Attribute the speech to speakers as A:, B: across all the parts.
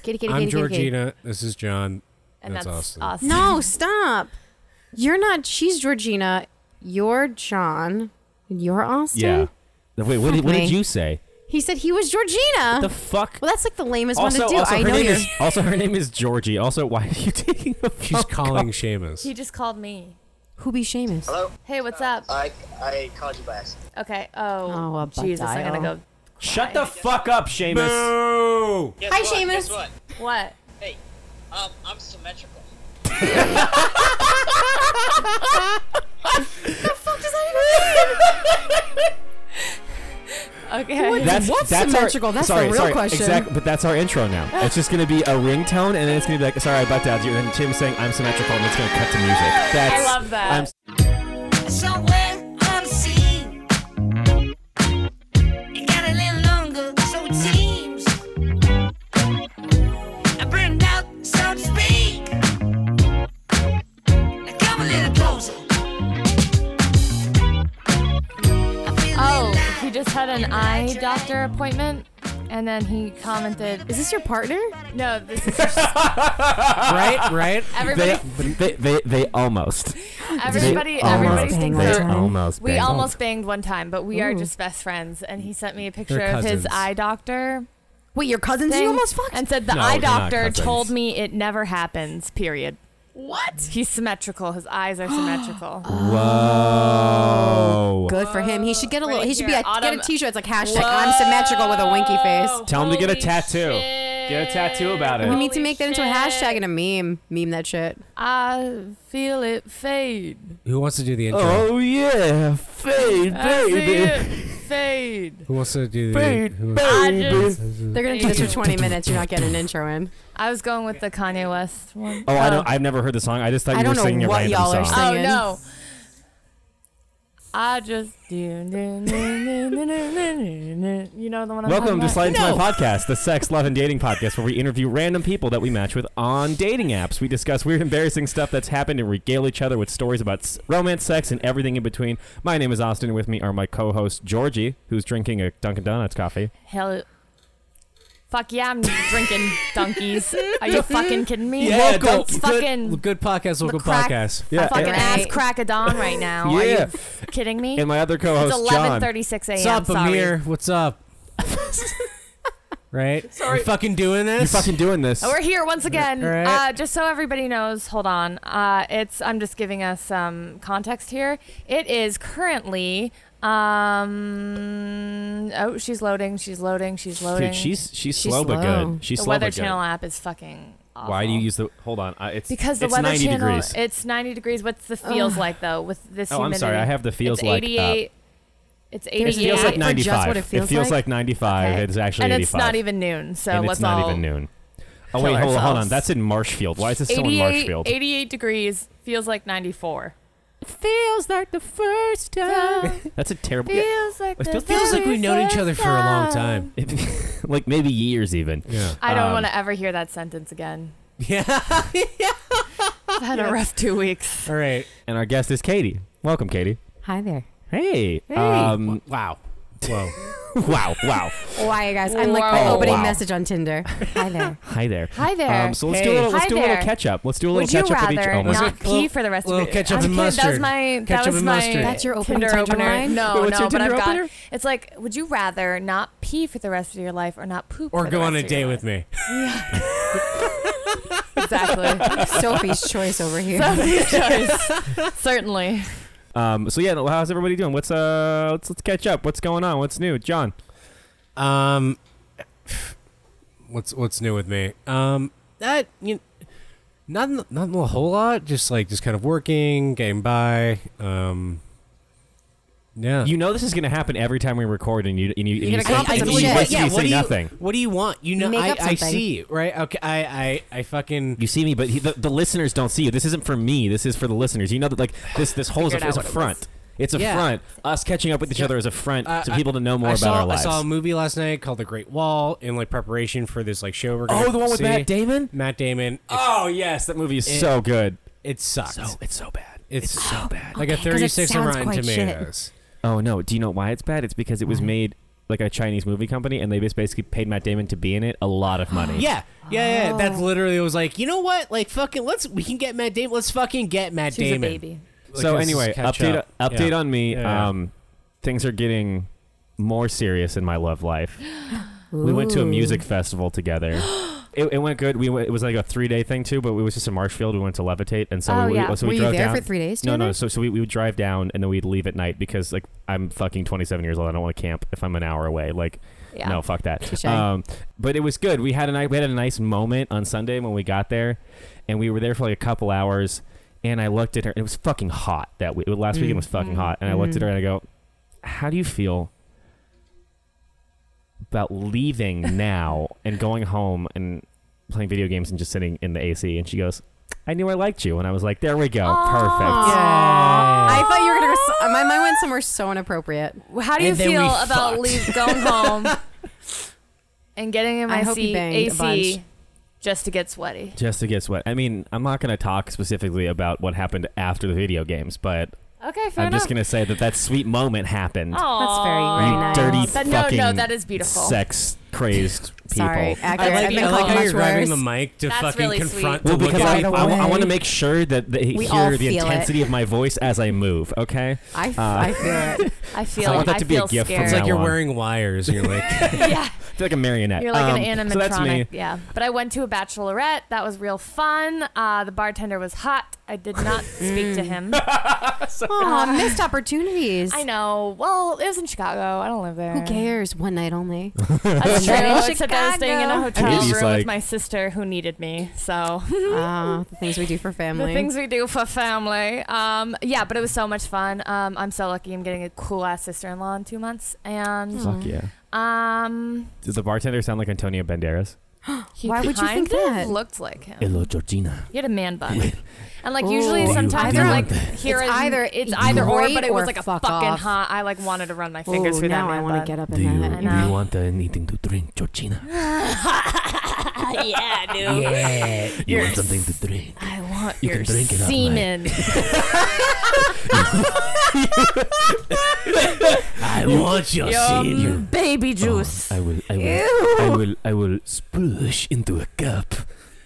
A: Kitty, kitty,
B: I'm
A: kitty, kitty, kitty.
B: Georgina. This is John.
A: And
B: that's,
A: that's,
B: awesome.
A: us.
C: No, stop. You're not. She's Georgina. You're John. You're Austin.
D: Yeah. No, Wait, what did, what did
C: me.
D: you say?
C: He said he was Georgina.
D: The fuck?
C: well, that's like the lamest
D: also,
C: one to do.
D: also,
C: I
D: her
C: know
D: name
C: you're.
D: is, also, her name is Georgie. Also, why are you taking a
B: She's
D: phone
B: calling
D: call?
B: Seamus.
A: Oh, He just called me.
C: Who be Seamus?
E: Hello?
A: Hey, what's up?
E: I, I called you by accident.
A: Okay. Oh,
C: Oh, a butt
A: Jesus, I'm gonna
C: dial.
A: go.
D: Shut the fuck up, Seamus.
B: Boo!
E: Guess
C: Hi,
E: what?
C: Seamus.
E: Guess what?
A: What?
E: Hey, um, I'm symmetrical.
A: Okay.
D: That's
C: What's
D: that's
C: symmetrical?
D: Our,
C: That's the
D: sorry,
C: real
D: sorry,
C: question.
D: Exactly, but that's our intro now. It's just gonna be a ringtone, and then it's gonna be like, "Sorry, I butt out you," and then Tim saying, "I'm symmetrical," and it's gonna cut to music. That's,
A: love that.
D: I'm
F: somewhere unseen. It got a little longer, so it seems. I burned out, so to speak. Now come a little closer. I feel a little
A: Oh,
F: light.
A: he just had an eye doctor appointment, and then he commented,
C: Is this your partner?
A: "No, this is just
B: right, right.
A: everybody.
D: they, they, they, they almost.
A: everybody. Everybody
D: they almost,
C: banged
A: thinks
C: one
D: they
A: we're."
C: time.
D: almost.
A: We
D: banged.
A: almost banged one time, but we are just best friends. And he sent me a picture
B: They're
A: of his
B: cousins.
A: eye doctor
C: Wait, your cousins?
A: thing
C: You almost fucked.
A: and said the
D: No,
A: eye
D: they're not
A: doctor
D: cousins.
A: told me it never happens. Period. What? He's symmetrical. His eyes are symmetrical.
D: Whoa.
C: Good for him. He should get a little.
A: Right
C: he should
A: here,
C: be a, get a
A: Autumn-
C: T-shirt. It's like hashtag I'm symmetrical with a winky
A: Whoa,
C: face.
D: Tell him to get
A: Oh,
D: a
A: holy
D: tattoo. Get a tattoo about it.
C: We need to
A: Holy
C: make that into a
A: shit.
C: hashtag and a meme. Meme that shit.
A: I feel it fade.
B: Who wants to do the intro?
D: Oh yeah, fade,
A: I see it
D: baby,
A: fade.
B: Who wants to do the
D: fade,
B: who-
D: baby.
A: just-
C: They're gonna do this for 20 minutes. You're not getting an intro in.
A: I was going with the Kanye West one.
D: Oh, I don't. I've never heard the song. I just thought
C: uh, I
D: you were
C: don't know
D: singing a
C: what
D: random
C: y'all are
D: song.
C: singing.
A: Oh no. I just do, do, do, do, do, do, do, do. you know the one I'm talking
D: Welcome to
A: about?
D: Slide Into My Podcast, the sex, love, and dating podcast where we interview random people that we match with on dating apps. We discuss weird, embarrassing stuff that's happened and regale each other with stories about s- romance, sex, and everything in between. My name is Austin, and with me are my co-host Georgie, who's drinking a Dunkin' Donuts coffee.
A: Hell. Fuck yeah, I'm drinking donkeys. Are you fucking kidding me?
D: Yeah,
A: Welcome.
D: donkeys.
A: fucking
B: Good, good podcast, local
A: crack-
B: podcast.
A: a
D: Yeah,
A: fucking
D: and,
A: ass
C: Right.
A: crack a don right now. Are you
D: Yeah.
A: f- kidding me?
D: and my other
A: it's
D: co-host John.
A: 11:36 a.m.
B: What's up,
A: sorry.
B: Amir? What's up? right? Sorry. You fucking doing
D: You
B: this?
D: fucking doing this?
A: We're here once again.
B: All right.
A: Uh, just so everybody knows, hold on. Uh, it's I'm just giving us some context here. It is currently. Um, oh, she's loading. She's loading. She's loading.
D: Dude, she's she's
C: She's
D: slow, but
C: slow.
D: good. She's
A: the
D: slow
A: Weather
D: but good.
A: Channel app is fucking. Awful.
D: Why do you use the? Hold on, uh, it's
A: Because the
D: it's
A: Weather
D: 90
A: Channel.
D: degrees.
A: It's 90 degrees. What's the feels like though with this
D: Oh, I'm
A: humidity?
D: sorry, I have the feels
A: it's
D: like, uh,
A: 88. It's 88.
D: it feels like
C: for just
D: 95.
C: what it feels like?
D: like 95.
A: Okay.
D: It's actually
A: and
D: 85.
A: it's not even noon. So
D: and
A: let's
D: it's not
A: all
D: even noon. Oh
A: kill
D: wait, hold on, hold on.
A: ourselves.
D: That's in Marshfield. Why is this still in
A: 88,
D: Marshfield?
A: 88 degrees feels like 94.
C: Feels like the first time.
D: That's a terrible.
A: Feels like the
D: It feels-
B: feels like
A: very
B: we've known each
A: first
B: other for a long
A: time.
B: time.
D: like maybe years even.
B: Yeah.
A: I don't
D: Um,
A: want to ever hear that sentence again.
B: Yeah.
A: I've had a rough two weeks.
B: All right.
D: And our guest is Katie. Welcome, Katie.
C: Hi there.
D: Hey. Hey.
B: W-
D: Um,
B: wow. Whoa.
D: wow. Wow.
C: Why, you guys? I'm
B: Oh,
C: like my
A: Whoa.
C: opening
D: Wow.
C: message on Tinder. Hi there.
D: Hi there.
A: Hi there.
D: Um, so let's
B: Hey.
D: do a little, let's
A: Hi
D: do a little
A: there.
D: catch up. Let's do a little
A: Would you
D: catch up with each.
A: rather
D: Oh my
A: not
B: God.
A: pee
B: Little-
A: for the rest
B: little
A: of it?
B: ketchup and
A: I'm kidding, That was
B: mustard.
A: my. That
B: Ketchup
A: was
B: and
A: my.
B: mustard.
C: That's your opening
A: Tinder
C: Tinder
A: opener.
C: line?
A: No,
D: Wait, what's
A: no,
D: your
A: but
D: Tinder
A: I've got.
D: opener?
A: It's like, would you rather not pee for the rest of your life or not poop?
B: Or
A: for the
B: go on a
A: rest of your
B: date with
A: life?
B: me.
A: Exactly.
C: Sophie's choice over here.
A: Certainly.
D: Um, so yeah, how's everybody doing? What's uh, let's let's catch up. What's going on? What's new, John?
B: Um, what's what's new with me? Um, that you, not not a whole lot. Just like just kind of working, getting by. Um, yeah.
D: You know this is gonna happen every time we record, and you and you, and you,
C: gonna
D: say,
C: come up with
D: and
C: some
D: you
C: shit.
D: basically
C: Yeah,
D: say nothing.
B: What do you want? You know,
C: Make
B: I,
C: up
B: I
C: something.
B: see you, right? Okay, I I I fucking
D: You see me, but he, the, the listeners don't see you. This isn't for me. This is for the listeners. You know that like this this whole is
A: Figured
D: a,
A: out
D: is a
A: what it
D: front.
A: was.
D: It's a
B: Yeah.
D: front. Us catching up with each
B: Yeah.
D: other is a front
B: Uh,
D: to
B: I-
D: people to know more
B: I
D: about
B: saw,
D: our lives.
B: I saw a movie last night called The Great Wall in like preparation for this like show we're going
D: oh, the one with Matt Damon.
B: Matt Damon. It,
D: Oh yes, that movie is
B: It-
D: so good.
B: it sucks.
D: it's so bad.
B: it's so
D: bad.
B: like a
C: 'cause it
B: 36 on
C: sounds
B: Rotten
C: quite shit.
B: Tomatoes.
D: Oh no! Do you know why it's bad? It's because it was made like a Chinese movie company, and they just basically paid Matt Damon to be in it a lot of money.
B: Yeah, yeah, yeah.
A: Oh.
B: That's literally it was like, you know what? Like fucking, let's we can get Matt Damon. Let's fucking get Matt
A: She's
B: Damon.
A: a baby.
D: so
B: let's
D: anyway,
B: catch
D: update
B: up.
D: update
B: Yeah.
D: on me.
B: Yeah, yeah.
D: Um, things are getting more serious in my love life. we went to a music festival together. It, it went good. We went, it was like a three day thing too, but it was just in Marshfield. We went to Levitate, and so
C: Oh,
D: we,
C: yeah.
D: so we
C: Were you
D: drove
C: there
D: down.
C: for three days
D: No, no.
C: together?
D: So so we, we would drive down, and then we'd leave at night because like I'm fucking 27 years old. I don't want to camp if I'm an hour away. Like
A: Yeah.
D: no, fuck that.
C: Touche.
D: Um, but it was good. We had a nice, we had a nice moment on Sunday when we got there, and we were there for like a couple hours. And I looked at her. It was fucking hot that week. Last weekend was fucking hot. And I looked at her and I go, "How do you feel about leaving now and going home and playing video games and just sitting in the AC?" And she goes, "I knew I liked you." And I was like, "There we go, perfect."
C: I thought you were gonna. Go, so- my mind went somewhere so inappropriate.
A: How do you
B: And then we
A: feel about
B: fucked.
A: leave, going home and getting in my
C: I hope you
A: seat-
C: banged a
A: AC
C: bunch.
A: just to get sweaty?
D: Just to guess what I mean, I'm not going to talk specifically about what happened after the video games, but
A: Okay, fair
D: I'm
A: enough.
D: just going to say that that sweet moment happened.
A: Aw.
C: very, very
D: you
C: nice.
D: dirty
A: That- no,
D: fucking
A: no, that is beautiful.
D: sex crazed people.
C: Sorry, actor.
A: I like-
C: I've been
A: I like
C: called
A: how
C: much
B: you're grabbing
C: worse.
B: the mic to
A: That's
B: fucking
A: really
B: confront.
A: sweet.
D: well,
B: to
D: because
B: look
D: I,
B: at
D: I,
B: you.
D: want to make sure that they
C: We all
D: hear the
C: feel it.
D: intensity of my voice as I move. Okay,
C: I, I feel it.
A: I feel.
D: I want that
A: I
D: to be a
A: feel
D: gift from
A: scared.
B: It's like you're
D: Now on.
B: wearing wires. And you're like,
A: yeah,
D: I feel like a marionette.
A: you're like an
D: Um,
A: animatronic.
D: So that's me.
A: Yeah, but I went to a bachelorette. That was real fun. Uh, the bartender was hot. I did not speak to him.
C: Aw, missed opportunities.
A: I know. Well, it was in Chicago. I don't live there.
C: Who cares? One night only.
A: That's true.
C: Right in
A: Except I was staying in a
C: Chicago.
A: hotel
D: Katie's
A: room
D: like-
A: with my sister who needed me. So
C: Ah, the things we do for family.
A: the things we do for family. Um, yeah, but it was so much fun. Um, I'm so lucky. I'm getting a cool ass sister in law in two months,
C: Hmm.
A: and
D: Fuck yeah.
A: um,
D: Does the bartender sound like Antonio Banderas?
A: he
C: Why would you
A: kind
C: think
A: of
C: that?
A: Looked like him.
D: Hello, Georgina.
A: He had a man bun. And like
C: Ooh.
A: usually,
C: Do you-
A: sometimes
C: do you
A: I'm
C: want
A: like
C: that?
A: here
C: It's
A: is-
C: either
A: it's either or, but
C: great
A: it was
C: or
A: like a
C: fuck
A: fucking
C: off.
A: hot. I like wanted to run my
C: Ooh,
A: fingers through that.
C: now I want to get up in that.
A: know. you
D: want uh, anything to drink, Georgina?
A: up. yeah, dude.
D: Yeah. You
A: You're want
D: something to drink?
A: I want
D: You
A: your
D: can drink it all night.
A: semen.
D: I
B: want your
A: Your baby juice.
D: Oh, I will. I will. I will. I will sploosh into a cup.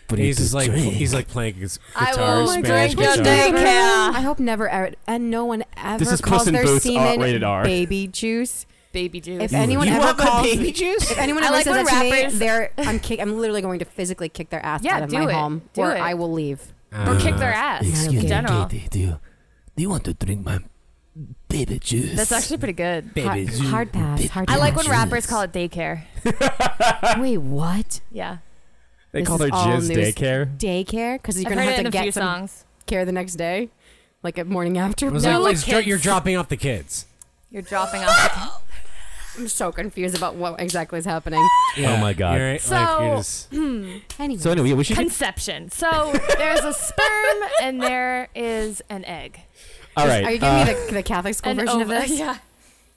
D: But
B: He's just like, he's like playing his
A: I
B: guitar.
A: will
B: Spanish
A: drink
B: guitar.
A: your dick.
C: I hope never ever, and no one ever
D: is
C: calls
D: Puss in
C: their
D: Boots, uh,
C: semen
D: rated R.
C: baby juice.
A: baby juice.
C: If anyone
B: You
C: ever
B: want my
C: calls
B: baby juice?
C: if anyone
A: I
C: ever
A: like
C: says
A: when
C: that to me,
A: rappers-
C: they're I'm kick, I'm literally going to physically kick their ass
A: Yeah,
C: out of
A: do
C: my
A: it.
C: home,
A: Do
C: or
A: it.
C: I will leave.
A: or kick their ass in
C: me,
A: general.
G: do you, do you want to drink my baby juice?
A: That's actually pretty good.
C: Hard, hard pass. Hard
A: I
C: pass.
A: like when rappers call it daycare.
C: Wait, what?
A: Yeah,
D: they
C: This
D: call
C: is
D: their
C: all
D: jizz
C: news.
D: daycare.
C: Daycare? Because you're
A: I've
C: gonna
A: heard
C: have
A: it in
C: to get
A: a few
C: some
A: songs.
C: care the next day, like at morning after.
B: It was
A: No,
B: like,
A: like
B: it's dro-
A: kids.
B: you're dropping off the kids.
A: You're dropping off.
C: I'm so confused about what exactly is happening.
D: Oh my God.
B: You're, like,
A: So-
B: you're just-
C: Anyway,
D: So anyway, we should.
A: Conception. So there's a sperm and there is an egg.
D: all right. uh,
C: are you giving me the, the Catholic school
A: An
C: version of
A: ova-
C: this?
A: Yeah.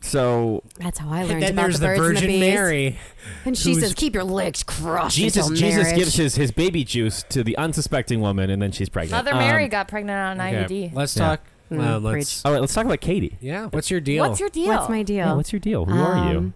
D: so
C: That's how I learned
B: then
C: about
B: there's
C: the
B: the
C: birds and the
B: Virgin
C: bees.
B: Mary.
C: and she
B: who's-
C: says, "Keep your legs crossed
D: Jesus,
C: until
D: Jesus
C: marriage."
D: gives his, his baby juice to the unsuspecting woman, and then she's pregnant.
A: Mother
D: Um,
A: Mary got pregnant on E an
B: Okay,
A: IUD.
B: Let's
D: Yeah.
B: talk.
C: Mm,
B: well, let's,
D: All right, let's talk about Katie.
B: yeah, what's your deal?
A: What's your deal?
C: What's my deal?
D: Yeah, what's your deal? Who are you?
C: Um,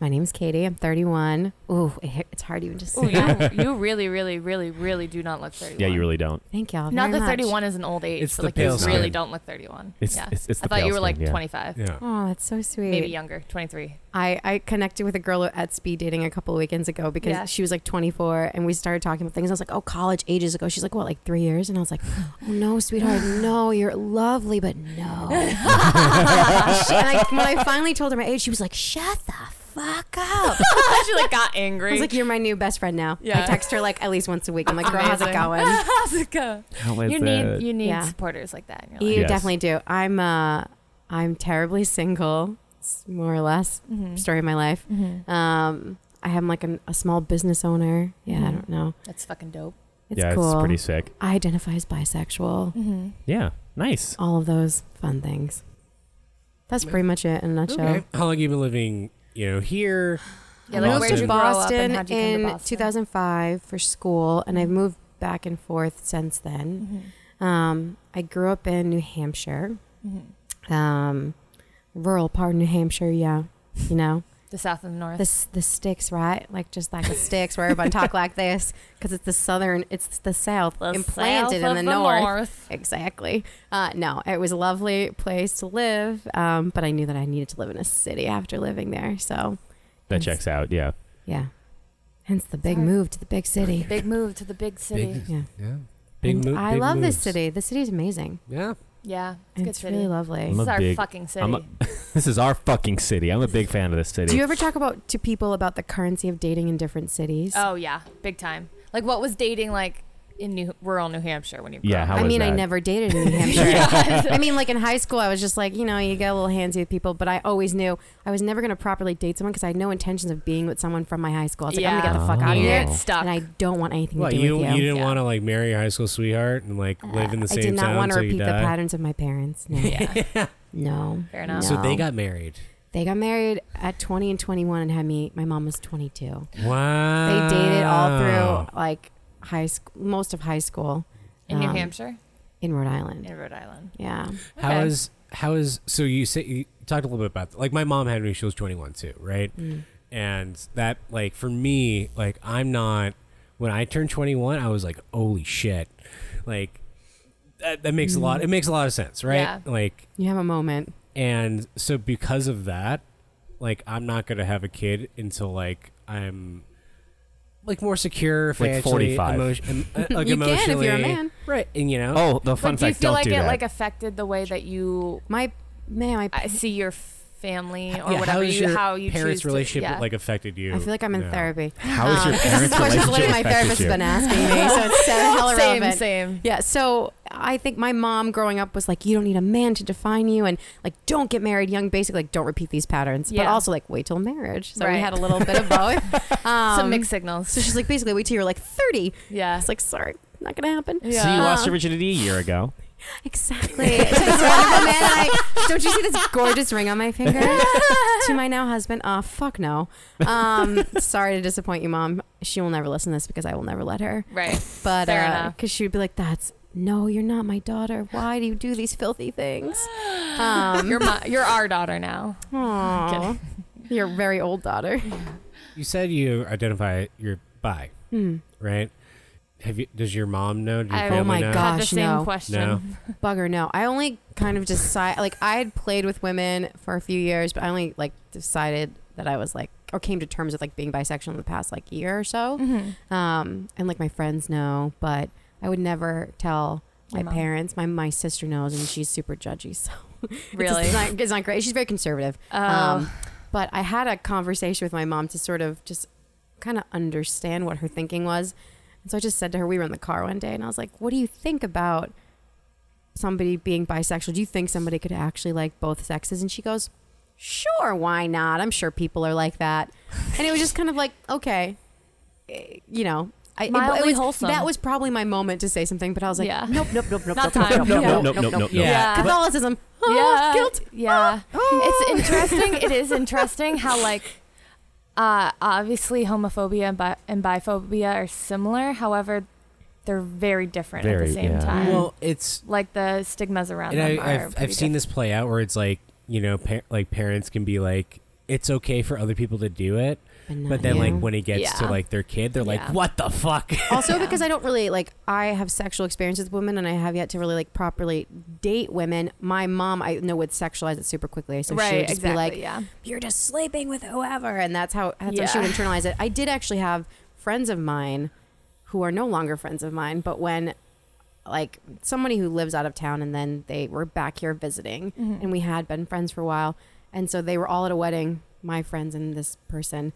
C: My name's Katie. I'm 31. Ooh, it hit- it's hard even to
A: Ooh,
C: say.
A: you, you really, really, really, really do not look 31.
D: Yeah, you really don't.
C: Thank y'all.
A: Not
C: very
A: that
C: much.
A: 31 is an old age.
B: It's
A: so
B: the
A: like you
B: pale
A: really
B: skin.
A: don't look 31.
D: It's-
A: yeah.
D: it's- it's
A: I
D: the
A: thought
D: pale
A: you were like
D: skin, yeah.
A: 25.
B: yeah.
C: Oh, that's so sweet.
A: Maybe younger, 23.
C: I, I connected with a girl at speed dating a couple of weekends ago because
A: Yeah.
C: she was like 24 and we started talking about things. I was like, oh, college ages ago. She's like, what, like three years? And I was like, oh, no, sweetheart, no, you're lovely, but no. she, and I, when I finally told her my age, she was like, shut the fuck up. I
A: she like got angry.
C: was like, you're my new best friend now. I
A: Yeah.
C: text her like at least once a week. I'm like, girl, how's it
A: Amazing.
C: going?
A: How's it go?
D: How is
A: uh, You
D: that?
A: need you need
C: Yeah.
A: supporters like that. In your life.
C: You
D: Yes.
C: definitely do. I'm uh, I'm terribly single, it's more or less.
A: Mm-hmm.
C: Story of my life. Um, I am like an, a small business owner. Yeah,
A: Mm-hmm.
C: I don't know.
A: That's fucking dope.
C: It's
D: yeah,
C: cool.
D: it's pretty sick.
C: I identify as bisexual.
A: Mm-hmm.
D: Yeah, nice.
C: All of those fun things. That's pretty much it in a nutshell.
B: Okay. How long you been living, you know, here?
A: Yeah,
B: like, Most
A: like where'd
B: of
A: Oh, you grow up
C: Boston
A: and how'd you come
C: in
A: to Boston?
C: 2005 for school, and I've moved back and forth since then.
A: Mm-hmm.
C: Um, I grew up in New
A: Mm-hmm.
C: Hampshire, um, rural part of New Hampshire. Yeah, you know,
A: The south and the north.
C: the, s- the sticks, right? Like just like the sticks where everybody talk like this because it's the southern, it's the south
A: The
C: implanted
A: south
C: in the,
A: of
C: north. Exactly. Uh, no, it was a lovely place to live, um, but I knew that I needed to live in a city after living there. So
D: That checks out. Yeah.
C: yeah, hence the big
A: Sorry.
C: move to the big city.
A: Big move to the big city.
B: Big,
C: Yeah.
B: yeah. Big
C: And
B: move.
C: I love this city. The city is amazing.
B: Yeah.
A: Yeah, it's a
C: It's,
A: good city.
C: really lovely.
D: I'm
A: this
D: a
A: is our
D: big-
A: fucking city.
D: I'm a- This is our fucking city. I'm a big fan of this
C: Do
D: city.
C: you ever talk about to people about the currency of dating in different cities?
A: oh yeah, big time. Like what was dating like in New rural New Hampshire when you?
D: Yeah,
A: How-
D: how
C: I
D: was
C: mean, I
D: that?
C: never dated in New Hampshire. I mean, like in high school, I was just like, you know, you get a little handsy with people, but I always knew I was never going to properly date someone because I had no intentions of being with someone from my high school. I was like, I'm going to get the fuck out of
D: Oh.
A: you
C: here.
A: get stuck.
C: And I don't want anything
B: Well,
C: to do
B: you,
C: with you. Uh,
B: you didn't
A: Yeah.
B: want to like marry your high school sweetheart and like live in the
C: I
B: same
C: did not
B: town
C: want to
B: until you
C: repeat the
B: die.
C: patterns of my parents. No.
A: yeah,
C: no.
A: Fair enough.
B: So they
C: No.
B: got married.
C: They got married at 20 and 21 and had me. My mom was 22.
B: Wow.
C: They dated all through like high school, most of high school
A: in New
C: um,
A: Hampshire,
C: in Rhode Island.
A: in Rhode Island.
C: Yeah.
B: How
A: Okay.
B: is how is so you say you talked a little bit about like my mom had me she was 21 too right
C: Mm.
B: and that like for me like I'm not when I turned 21 I was like holy shit like that, that makes a
C: Mm.
B: lot it makes a lot of sense right
A: Yeah.
B: like
C: You have a moment.
B: and so because of that like I'm not gonna have a kid until like I'm like more secure financially
D: 45.
B: emotio- em- uh, like
C: You can if
B: emotionally
C: you're a man.
B: right and you know
D: oh, the fun
A: but do you
D: fact.
A: feel
D: Don't
A: like
D: do
A: it
D: that.
A: like affected the way that you
C: My man, my
A: I see your family or
B: Yeah,
A: whatever
B: how is
A: you
B: your
A: how you
B: parents'
A: choose
B: relationship
A: to, yeah.
B: like affected you?
C: I feel like I'm in
B: now?
C: therapy.
D: How is your
C: Um, 'cause
D: parents'
C: This question is
D: relationship
C: literally my therapist
D: affected
C: has
D: you?
C: been asking me, so it's so hella
A: same
C: relevant.
A: same
C: Yeah, so I think my mom growing up was like, you don't need a man to define you, and like, don't get married young. Basically, like, don't repeat these patterns, but
A: Yeah.
C: also like, wait till marriage. So we
A: Right.
C: had a little bit of both. Um,
A: some mixed signals
C: So she's like, basically, wait till you're like 30.
A: yeah
C: It's like, sorry, not gonna happen.
A: yeah
D: So you lost
C: Ah.
D: your virginity a year ago.
C: Exactly. It's like this wonderful man. I, don't you see this gorgeous ring on my finger? to my now husband. Ah, fuck no. Um, sorry to disappoint you, mom. She will never listen to this because I will never let her.
A: right
C: But
A: Fair enough.
C: because she would be like, "That's no, you're not my daughter. Why do you do these filthy things?" Um,
A: you're my you're our daughter now
C: aw, your very old daughter.
B: You said you identify your bi,
C: Hmm.
B: right? Have you? Does your mom know? Did your
A: I- Oh
B: family
C: my
B: know?
C: God.
A: had the
C: Gosh,
A: same
C: no.
A: question
B: No.
C: Bugger, no. I only kind of decide like I had played with women for a few years, but I only like decided that I was like or came to terms with like being bisexual in the past like year or so.
A: Mm-hmm.
C: Um, and like my friends know, but I would never tell my
A: Your mom.
C: parents. My my sister knows, and she's super judgy. So
A: really
C: it's, not, it's not great. She's very conservative.
A: Oh.
C: Um, but I had a conversation with my mom to sort of just kind of understand what her thinking was. And so I just said to her, we were in the car one day, and I was like, what do you think about somebody being bisexual? Do you think somebody could actually like both sexes? And she goes, sure, why not? I'm sure people are like that. And it was just kind of like, okay, eh, you know. I, it- it
A: Mildly
C: was-
A: wholesome.
C: That was probably my moment to say something, but I was like,
A: Yeah.
C: nope, nope, nope, nope,
A: Not
C: nope, nope,
A: time.
C: nope,
A: No,
C: nope,
A: no,
C: nope, nope, nope.
B: Yeah.
A: Yeah.
C: Catholicism. Oh,
A: yeah
C: guilt.
A: yeah
C: Oh.
A: it's interesting it is interesting how like uh obviously homophobia and, bi- and biphobia are similar however they're very different at
D: Very,
A: the same
D: yeah.
A: time
B: Well, it's
A: like the stigmas around
B: and
A: them
B: I, I've
A: are pretty
B: I've seen this play out where it's like you know par- like parents can be like it's okay for other people to do it,
C: But
B: but then
C: not
B: like
C: you.
B: when it gets to
A: Yeah.
B: like their kid, they're like
A: Yeah.
B: what the fuck.
C: also
A: Yeah.
C: because I don't really like I have sexual experience with women and I have yet to really like properly date women. My mom I know would sexualize it super quickly, so
A: different.
C: she would
A: right
C: just
A: exactly
C: be like,
A: yeah
C: "You're just sleeping with whoever," and that's how that's how she
A: Yeah.
C: would internalize it. I did actually have friends of mine who are no longer friends of mine, but when like somebody who lives out of town and then they were back here visiting and we had been friends for a while and so they were all at a wedding my friends and this person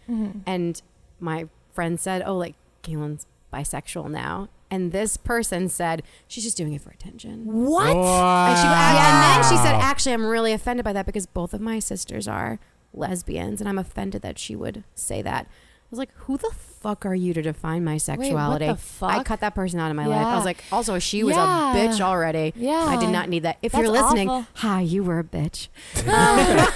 C: and my friend said, "Oh, like Galen's bisexual now." And this person said, "She's just doing it for attention."
B: What?
D: Oh.
C: And, she, and then she said, "Actually, I'm really offended by that because both of my sisters are lesbians, and I'm offended that she would say that." I was like, "Who the fuck are you to define my
A: what
C: sexuality?"
A: the fuck?
C: I cut that person out of my life. I
A: Yeah.
C: was like, "Also, she was
A: Yeah.
C: a bitch already.
A: Yeah.
C: I did not need that. If
A: That's
C: you're listening,
A: awful.
C: hi, you were a bitch.
A: That's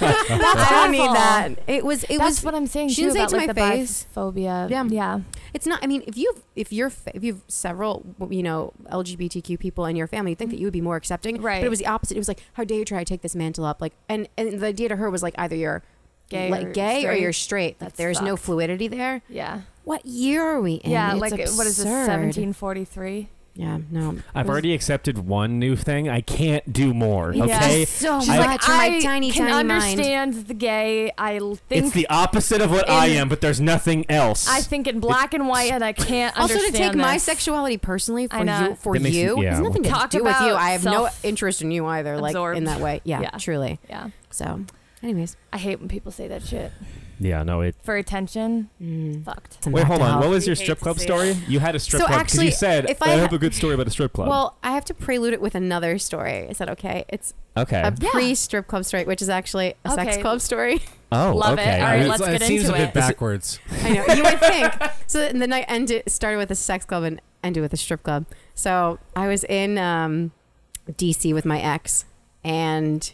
C: I don't need
A: awful.
C: that. It was. It
A: That's
C: was
A: what I'm saying.
C: she
A: too,
C: didn't say it
A: about,
C: to
A: like,
C: my
A: the
C: face.
A: Biphobia.
C: Yeah.
A: Yeah.
C: It's not. I mean, if you've if you're fa- if you've several you know LGBTQ people in your family, you think that you would be more accepting,
A: Right.
C: But it was the opposite. It was like, how dare you try to take this mantle up? Like, and and the idea to her was like, either you're
A: Gay
C: like
A: or
C: gay or
A: straight.
C: you're straight. Like
A: That's
C: there's no
A: fucked.
C: fluidity there.
A: Yeah.
C: What year are we in?
A: Yeah,
C: It's
A: like what is this?
C: absurd.
A: 1743.
C: Yeah, no.
D: I've already accepted one new thing. I can't do more.
A: Yeah.
D: Okay.
C: So
D: She's
C: much
D: like,
C: in my
A: I
C: tiny,
A: can
C: tiny mind.
A: understand the gay. I l- think
D: it's the opposite of what I
A: in-
D: am, but there's nothing else.
A: I think in black and white, and I can't
C: Also, to
A: understand.
C: take my
A: this.
C: sexuality personally for
A: I know.
C: you, for
D: That makes me-
C: you,
D: yeah,
C: has nothing to
A: Talk
C: do with you.
A: about
C: I have no
A: self-
C: interest in you either, like in
A: absorbed.
C: that way. Yeah,
A: Yeah.
C: truly.
A: Yeah,
C: So, anyways,
A: I hate when people say that shit
D: yeah, no, it.
A: for attention.
C: Mm.
A: Fucked.
C: it's a
D: Wait,
C: knock
D: hold
C: to
D: on.
C: hell.
D: What was
A: We
D: your
A: hate
D: strip
A: to
D: club
A: see
D: story? You had a strip
C: So
D: club because you
C: actually,
D: said
C: if
D: I,
C: I
D: have
C: ha-
D: a good story about a strip club.
C: Well, I have to prelude it with another story. Is that okay? It's
D: okay.
C: a pre-strip club story, which is actually a sex
A: Okay.
C: club story.
D: oh,
A: love it.
D: okay.
A: All
D: I
A: right,
B: It's-
D: mean,
A: let's
B: it
A: get
B: seems
A: into
B: a bit
A: it.
B: backwards.
C: I know you would think. So the night ended started with a sex club and ended with a strip club. So I was in um, DC with my ex, and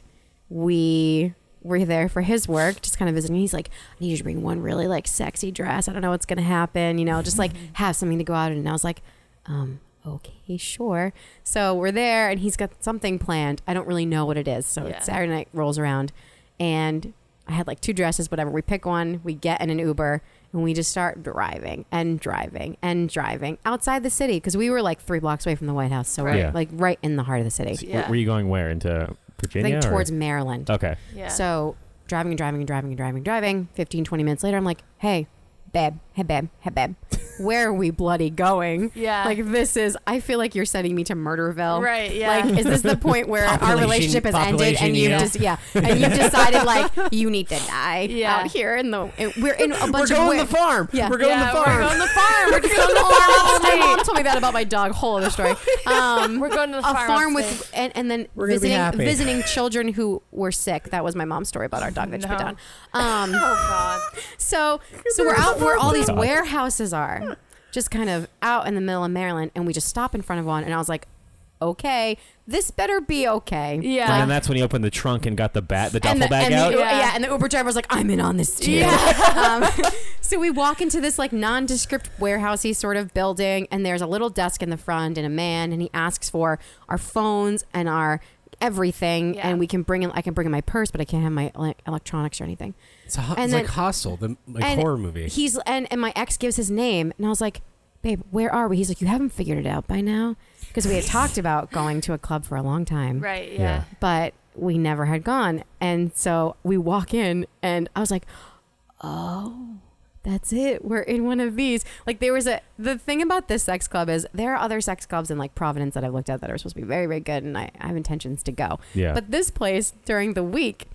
C: we were there for his work, just kind of visiting. He's like, "I need you to bring one really like sexy dress. I don't know what's gonna happen. You know, just like have something to go out in." And I was like, um, "Okay, sure." So we're there, and he's got something planned. I don't really know what it is. So
A: Yeah.
C: Saturday night rolls around, and I had like two dresses, whatever. We pick one, we get in an Uber, and we just start driving and driving and driving outside the city because we were like three blocks away from the White House. So
D: Right.
C: we're
D: Yeah.
C: like right in the heart of the city.
D: w-
A: Yeah.
D: were you going where into
C: I
D: Virginia?
C: think
D: or-
C: towards Maryland.
D: Okay.
A: Yeah.
C: So driving and driving and driving and driving and driving. 15, 20 minutes later, I'm like, hey, babe, hey, babe, hey, babe, where are we bloody going?
A: Yeah.
C: Like, this is, I feel like you're sending me to Murderville.
A: Right, yeah.
C: Like, is this the point where our
B: Population-
C: relationship has ended
B: population,
C: and you've
B: yeah.
C: just, yeah, and you've decided, like, you need to die
A: Yeah.
C: out here in the, in- we're in a bunch of
B: going
C: wi-
B: to the farm.
C: Yeah.
B: We're going
A: yeah,
B: to the farm.
A: We're going to the farm. We're just going to the farm
C: Oh, my mom
A: upstate.
C: told me that about my dog. Whole other story. Um,
A: We're going to the
C: a
A: farm
C: farm
A: upstate.
C: with and, and then
B: gonna be
C: visiting
B: happy.
C: visiting children who were sick. That was my mom's story about our dog that she put
A: No.
C: down. Um,
A: Oh God.
C: so so we're out where all these
D: Dog.
C: warehouses are, just kind of out in the middle of Maryland, and we just stop in front of one, and I was like, okay, this better be okay.
A: Yeah.
D: And then that's when he opened the trunk and got the bat, the duffel
C: and the,
D: bag
C: and
D: out.
C: The, yeah.
A: Yeah.
C: and the Uber driver was like, "I'm in on this too." um, so we walk into this like nondescript warehousey sort of building, and there's a little desk in the front and a man, and he asks for our phones and our everything,
A: Yeah.
C: and we can bring in. I can bring in my purse, but I can't have my like, electronics or anything.
B: It's, a, ho-
C: And
B: it's
C: then-
B: like Hostile, the like
C: And
B: horror movie.
C: He's and and my ex gives his name, and I was like, "Babe, where are we?" He's like, "You haven't figured it out by now." Because we had talked about going to a club for a long time
A: Right. Yeah.
D: Yeah.
C: but we never had gone. And so we walk in, and I was like, oh, that's it. We're in one of these. Like, there was a, the thing about this sex club is there are other sex clubs in like Providence that I've looked at that are supposed to be very, very good, and I, I have intentions to go.
D: Yeah.
C: But this place during the week,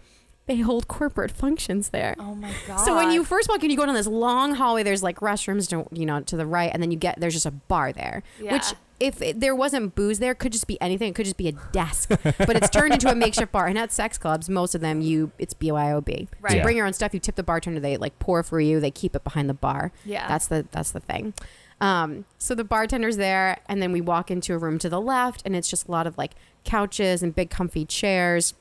C: they hold corporate functions there.
A: Oh my God.
C: So when you first walk in, you go down this long hallway. There's like restrooms, to, you know, to the right, and then you get there's just a bar there,
A: Yeah.
C: which if it, there wasn't booze there, could just be anything. It could just be a desk, but it's turned into a makeshift bar. And at sex clubs, most of them you it's BYOB. So you
A: Right.
C: bring your own stuff. You tip the bartender. They like pour for you. They keep it behind the bar.
A: Yeah.
C: that's the that's the thing. Um, so the bartender's there, and then we walk into a room to the left, and it's just a lot of like couches and big comfy chairs.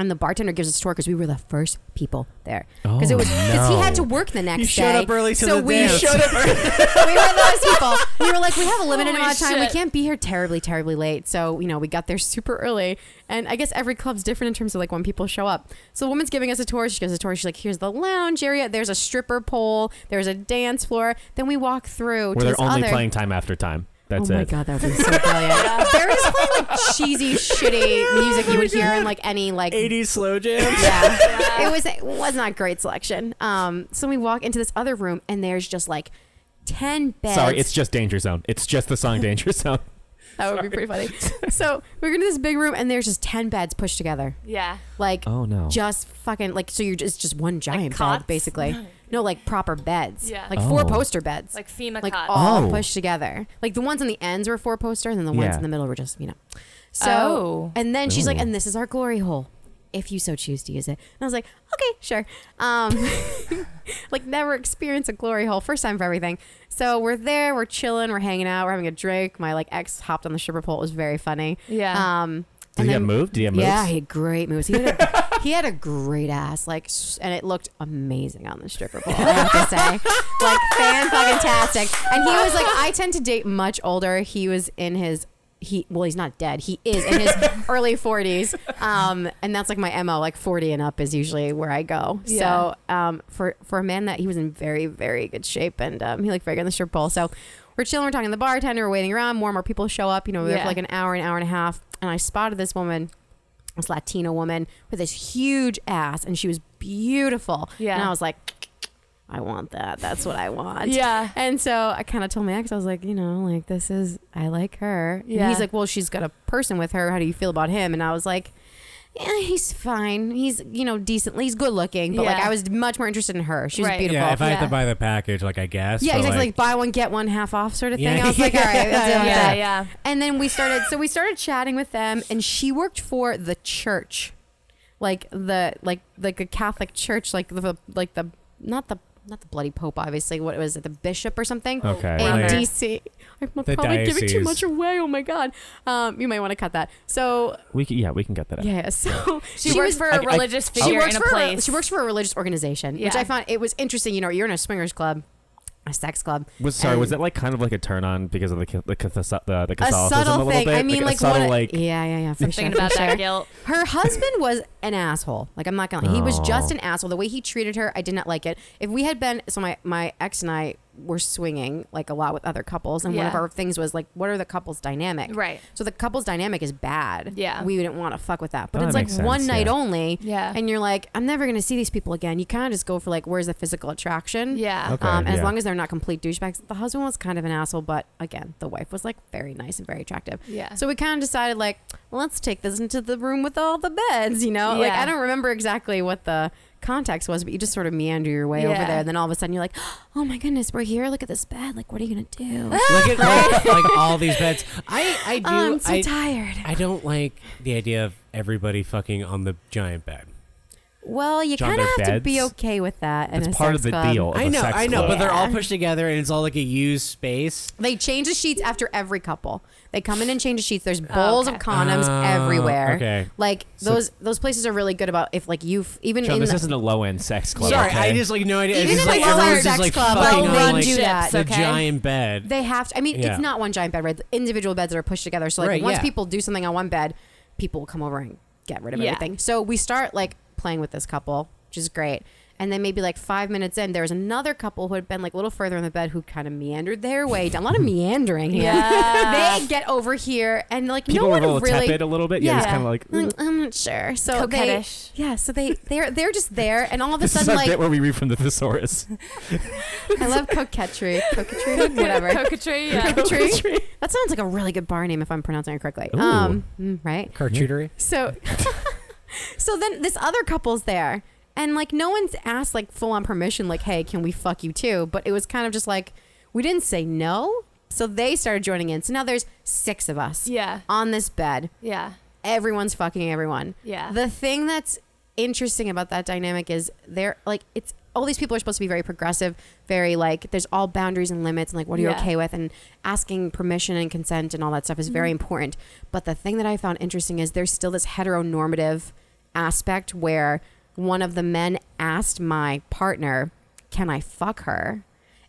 C: And the bartender gives us a tour because we were the first people there because it was because he had to work the next
B: showed
C: day.
B: up early to
C: so
B: the
C: we
B: dance.
C: showed up. early. we were those people. We were like, we have a limited
A: Holy
C: amount of time. We
A: shit.
C: can't be here terribly, terribly late. So you know, we got there super early. And I guess every club's different in terms of like when people show up. So the woman's giving us a tour. She gives us a tour. She's like, here's the lounge area. There's a stripper pole. There's a dance floor. Then we walk through.
D: where
C: to
D: they're
C: this
D: only
C: other-
D: playing time after time. That's
C: oh my
D: it.
C: god, that would be so brilliant. They're just playing like cheesy,
A: Oh
C: shitty music you would hear in like any like
B: slow jam.
C: yeah. It was it was not great selection. Um, so we walk into this other room and there's just like ten beds.
D: Sorry, it's just Danger Zone. It's just the song Danger Zone.
C: that would be pretty funny. so we're in this big room and there's just ten beds pushed together.
A: Yeah.
C: Like
D: Oh, no.
C: Just fucking like so you're just it's just one giant
A: cots?
C: bed basically. No, like proper beds.
A: Yeah.
C: Like four
D: Oh.
C: poster beds.
A: Like FEMA
C: like
A: cot.
C: all
D: Oh.
C: pushed together. Like the ones on the ends were four poster, and then the ones
D: Yeah.
C: in the middle were just you know. So
A: Oh.
C: and then she's like,
D: Ooh.
C: and this is our glory hole, if you so choose to use it. And I was like, okay, sure. Um, like never experience a glory hole, first time for everything. So we're there, we're chilling, we're hanging out, we're having a drink. My like ex hopped on the stripper pole. It was very funny.
A: Yeah.
C: Um,
D: Did
C: and
D: he get
C: then-
D: moved? Did he get moved?
C: yeah, he had great moves. He had, a, he had a great ass, like, s- and it looked amazing on the stripper pole. I have to say, like, fan fucking tastic. And he was like, I tend to date much older. He was in his he well he's not dead he is in his early 40s um and that's like my mo like 40 and up is usually where i go
A: Yeah.
C: so um for for a man that he was in very very good shape and um he looked very good in the strip bowl so we're chilling we're talking to the bartender we're waiting around more and more people show up you know we're there
A: Yeah.
C: for like an hour an hour and a half and i spotted this woman this latina woman with this huge ass and she was beautiful
A: Yeah.
C: and i was like I want that. That's what I want.
A: Yeah.
C: And so I kind of told my ex, I was like, you know, like this is, I like her. And
A: Yeah.
C: he's like, well, she's got a person with her. How do you feel about him? And I was like, yeah, he's fine. He's, you know, decently, he's good looking, but like
A: Yeah.
C: I was much more interested in her. She was
A: Right.
C: beautiful.
B: Yeah, if I had
A: Yeah.
B: to buy the package, like I guess.
C: Yeah,
B: but,
C: exactly. Like, buy one get one half off sort of thing.
B: Yeah.
C: I was like, all right, that's it.
A: Yeah, yeah.
C: And then we started. So we started chatting with them, and she worked for the church, like the like like a Catholic church, like the like the not the not the bloody pope, obviously. What was it, the bishop or something?
D: Okay.
C: In
B: Right.
C: DC, I'm probably giving too
B: diocese.
C: much away. Oh my god, um, you might want to cut that. So
D: We can, yeah, we can get that. Out.
C: yeah, so
A: She, works
C: was-
A: for a
D: I- I-
A: religious
C: she
A: figure
C: works
A: in a
C: for
A: place.
C: she works for a religious organization, which
A: Yeah.
C: I found it was interesting. You know, you're in a swingers club, a sex club.
D: Was sorry, was
C: and-
D: that like kind of like a turn on because of the ca- the, ca- the, the, the
C: Um, a
D: Catholicism a,
C: subtle
D: little
C: thing?
D: bit?
C: I mean,
D: a
C: like,
D: subtle,
C: what?
D: like
C: yeah, yeah, yeah. For sure,
A: thinking
C: for
A: about
C: sure.
A: that guilt.
C: Her husband was an asshole. Like I'm not gonna. lie. He was just an asshole. The way he treated her, I did not like it. If we had been, so my my ex and I were swinging like a lot with other couples, and one of
A: Yeah.
C: our things was like, what are the couples dynamic?
A: Right.
C: So the couples dynamic is bad.
A: Yeah.
C: We didn't want to fuck with that. But
D: Oh, That
C: it's like
D: makes
C: one
D: sense,
C: night
D: yeah.
C: only.
A: Yeah.
C: And you're like, I'm never gonna see these people again. You kind of just go for like, where's the physical attraction?
A: Yeah.
D: Okay.
C: um, and as
D: yeah.
C: long as they're not complete douchebags, the husband was kind of an asshole, but again, the wife was like very nice and very attractive.
A: Yeah.
C: So we kind of decided like, let's take this into the room with all the beds, you know? Like
A: Yeah.
C: I don't remember exactly what the context was, but you just sort of meander your way over
A: Yeah.
C: there, and then all of a sudden you're like, oh my goodness, we're here. Look at this bed. Like, what are you gonna do? "Oh,
B: Look at like, Oh, like all these beds. I I do.
C: I'm so
B: I,
C: tired.
B: I don't like the idea of everybody fucking on the giant bed.
C: Well, you
D: John,
C: kind of have
D: they're
C: to be
D: beds?
C: okay with that. in
D: That's
C: a
D: part
C: sex
D: of the
C: club.
D: deal. Of
B: I
D: a
B: know,
D: sex
B: I know,
D: club.
B: but they're all
C: Yeah.
B: pushed together, and it's all like a used space.
C: They change the sheets after every couple. They come in and change the sheets. There's bowls of condoms
B: Oh,
C: everywhere.
B: okay.
C: Like those those places are really good about if like you have even
D: John,
C: in
D: this
C: the,
D: isn't a low end sex club.
B: Sorry,
D: okay?
B: I just like no idea.
C: Even
B: it's just
C: in a
B: like
C: well-run
B: everyone's just
C: sex
B: like
C: club,
B: fucking
A: well-run
B: on like
A: ships,
B: the
A: okay?
B: giant bed.
C: they have to. I mean,
B: Yeah.
C: it's not one giant bed, right? The individual beds are pushed together. So like
B: Right,
C: once
B: yeah.
C: people do something on one bed, people will come over and get rid of
A: Yeah.
C: everything. So we start like playing with this couple, which is great. And then maybe like five minutes in, there was another couple who had been like a little further in the bed who kind of meandered their way down. A lot of meandering here.
A: Yeah.
C: they get over here and like
D: people
C: no
D: were a
C: one
D: little
C: really
D: tepid a little bit. Yeah, it's
C: Yeah.
D: kind of like
C: Mm, I'm not sure. So
A: Coquettish.
C: they, yeah. So they they're they're just there, and all of a
D: this is
C: sudden,
D: our
C: like
D: bit where we read from the thesaurus.
C: I love coquetry, coquetry, whatever.
A: Coquetry, yeah.
C: Coquetry. That sounds like a really good bar name if I'm pronouncing it correctly.
D: Ooh.
C: Um, mm, right.
B: Carcuterie.
C: So, so then this other couple's there, and like no one's asked like full on permission, like, hey, can we fuck you too? But it was kind of just like we didn't say no, so they started joining in. So now there's six of us
A: Yeah.
C: on this bed.
A: Yeah.
C: everyone's fucking everyone.
A: Yeah.
C: The thing that's interesting about that dynamic is they're like it's all these people are supposed to be very progressive, very like there's all boundaries and limits and like what are you
A: Yeah.
C: okay with and asking permission and consent and all that stuff is very
A: Mm-hmm.
C: important. But the thing that I found interesting is there's still this heteronormative aspect where one of the men asked my partner, "Can I fuck her?"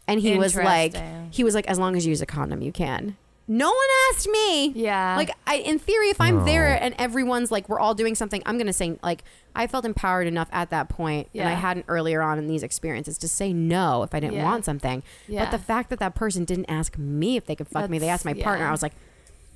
C: And he was like
A: Interesting.
C: he was like as long as you use a condom, you can. No one asked me.
A: Yeah.
C: Like I, in theory, if I'm there
D: No.
C: and everyone's like, we're all doing something, I'm gonna say like, I felt empowered enough at that point, and I
A: Yeah.
C: hadn't earlier on in these experiences to say no if I didn't
A: Yeah.
C: want something. But
A: Yeah.
C: the fact that that person didn't ask me if they could fuck me, they
A: That's-
C: asked my partner.
A: yeah.
C: I was like,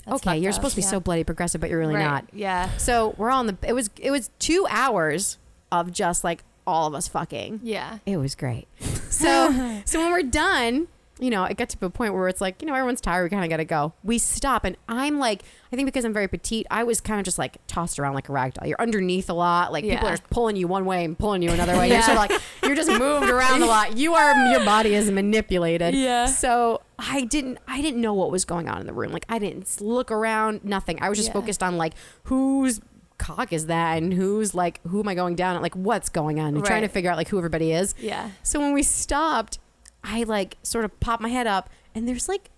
A: That's
C: okay,
A: fucked
C: you're
A: up,
C: supposed to be
A: yeah.
C: so bloody progressive, but you're really
A: Right,
C: not.
A: Yeah.
C: So we're on the. It was it was two hours of just like all of us fucking.
A: Yeah.
C: It was great. So so when we're done, you know, it got to a point where it's like, you know, everyone's tired, we kind of got to go. We stop and I'm like, I think because I'm very petite, I was kind of just like tossed around like a rag doll. You're underneath a lot, like people
A: Yeah.
C: are pulling you one way and pulling you another way. You're
A: Yeah.
C: sort of like you're just moved around a lot. You are your body is manipulated.
A: Yeah.
C: So I didn't I didn't know what was going on in the room. Like I didn't look around, nothing. I was just
A: Yeah.
C: focused on like who's cock is that and who's like who am i going down at like what's going on and trying to
A: Right.
C: figure out like who everybody is
A: Yeah.
C: so when we stopped, I like sort of popped my head up, and there's like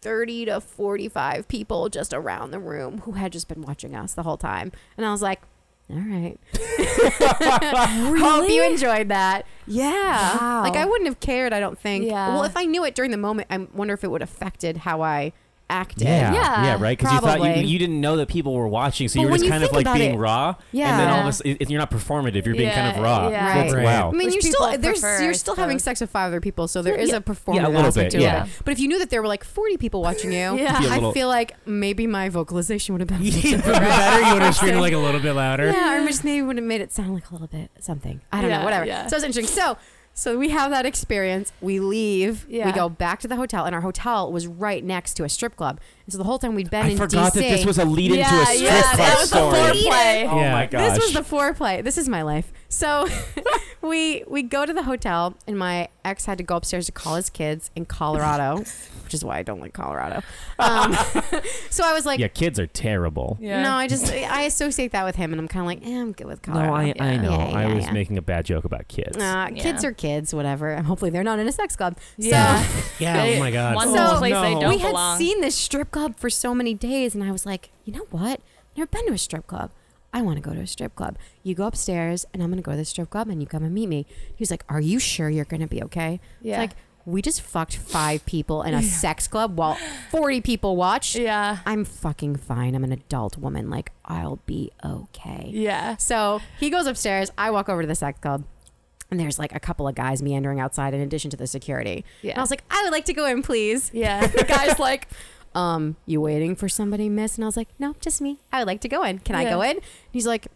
C: 30 to 45 people just around the room who had just been watching us the whole time. And I was like, all right. Hope you enjoyed that. Yeah.
A: Wow.
C: Like I wouldn't have cared, I don't think.
A: Yeah.
C: Well, if I knew it during the moment, I wonder if it would have affected how I acted.
D: Yeah, yeah,
A: Yeah,
D: right. Because you thought you,
C: probably.
D: you didn't know that people were watching, so
C: But
D: you were
C: when
D: just
C: you
D: kind of
C: think
D: like
C: about
D: being
C: it-
D: raw. And then all
C: Yeah.
D: of a sudden, you're not performative. You're being kind of
A: Yeah,
D: raw.
A: yeah.
D: That's
C: Right.
D: wow.
C: I mean,
A: Which
C: you're still
A: people
C: there's
A: prefer,
C: you're
A: I
C: still having
A: suppose.
C: sex with five other people, so there is a performance
D: Yeah, a little
C: aspect
D: bit,
C: to
A: yeah.
C: it. But if you knew that there were like 40 people watching you,
A: Yeah.
D: Be a
C: I
D: little-
C: feel like maybe my vocalization would have been.
B: you would have screamed like a little bit louder.
C: Yeah, or just maybe would have made it sound like a little bit something. I don't know,
A: Yeah,
C: whatever.
A: yeah.
C: So it's interesting. So so we have that experience. We leave. We
A: Yeah.
C: go back to the hotel, and our hotel was right next to a strip club. And so the whole time we'd been
D: I
C: in
D: forgot
C: DC.
D: that this was a lead into
A: Yeah,
D: a strip
A: yeah,
D: club
A: that was the
D: story.
A: foreplay.
D: Oh
B: Yeah.
D: my gosh.
C: This was the foreplay. This is my life. So we we go to the hotel, and my ex had to go upstairs to call his kids in Colorado, which is why I don't like Colorado. Um, so I was like,
D: yeah, kids are terrible.
A: Yeah.
C: no, I just I associate that with him, and I'm kind of like, eh, I'm good with Colorado.
D: No, I, I
C: Yeah,
D: know.
C: yeah,
D: I
C: yeah,
D: was
C: yeah.
D: making a bad joke about kids.
C: Nah, kids
A: Yeah.
C: are kids, whatever. And hopefully they're not in a sex club.
A: Yeah.
C: So,
B: Yeah, oh my god.
A: One
C: So-
A: little place they
D: No.
A: don't
C: we had
A: belong.
C: seen this strip club for so many days, and I was like, you know what? Never been to a strip club. I want to go to a strip club. You go upstairs, and I'm gonna go to the strip club, and you come and meet me. He was like, "Are you sure you're gonna be okay?" It's
A: Yeah.
C: like we just fucked five people in a sex club while 40 people watched.
A: yeah.
C: I'm fucking fine. I'm an adult woman. Like I'll be okay.
A: Yeah.
C: So he goes upstairs. I walk over to the sex club. And there's like a couple of guys meandering outside in addition to the security.
A: Yeah.
C: And I was like, I would like to go in, please.
A: Yeah.
C: the guy's like, um, you waiting for somebody, miss? And I was like, no, just me. I would like to go in. Can I
A: Yeah.
C: go in? And he's like,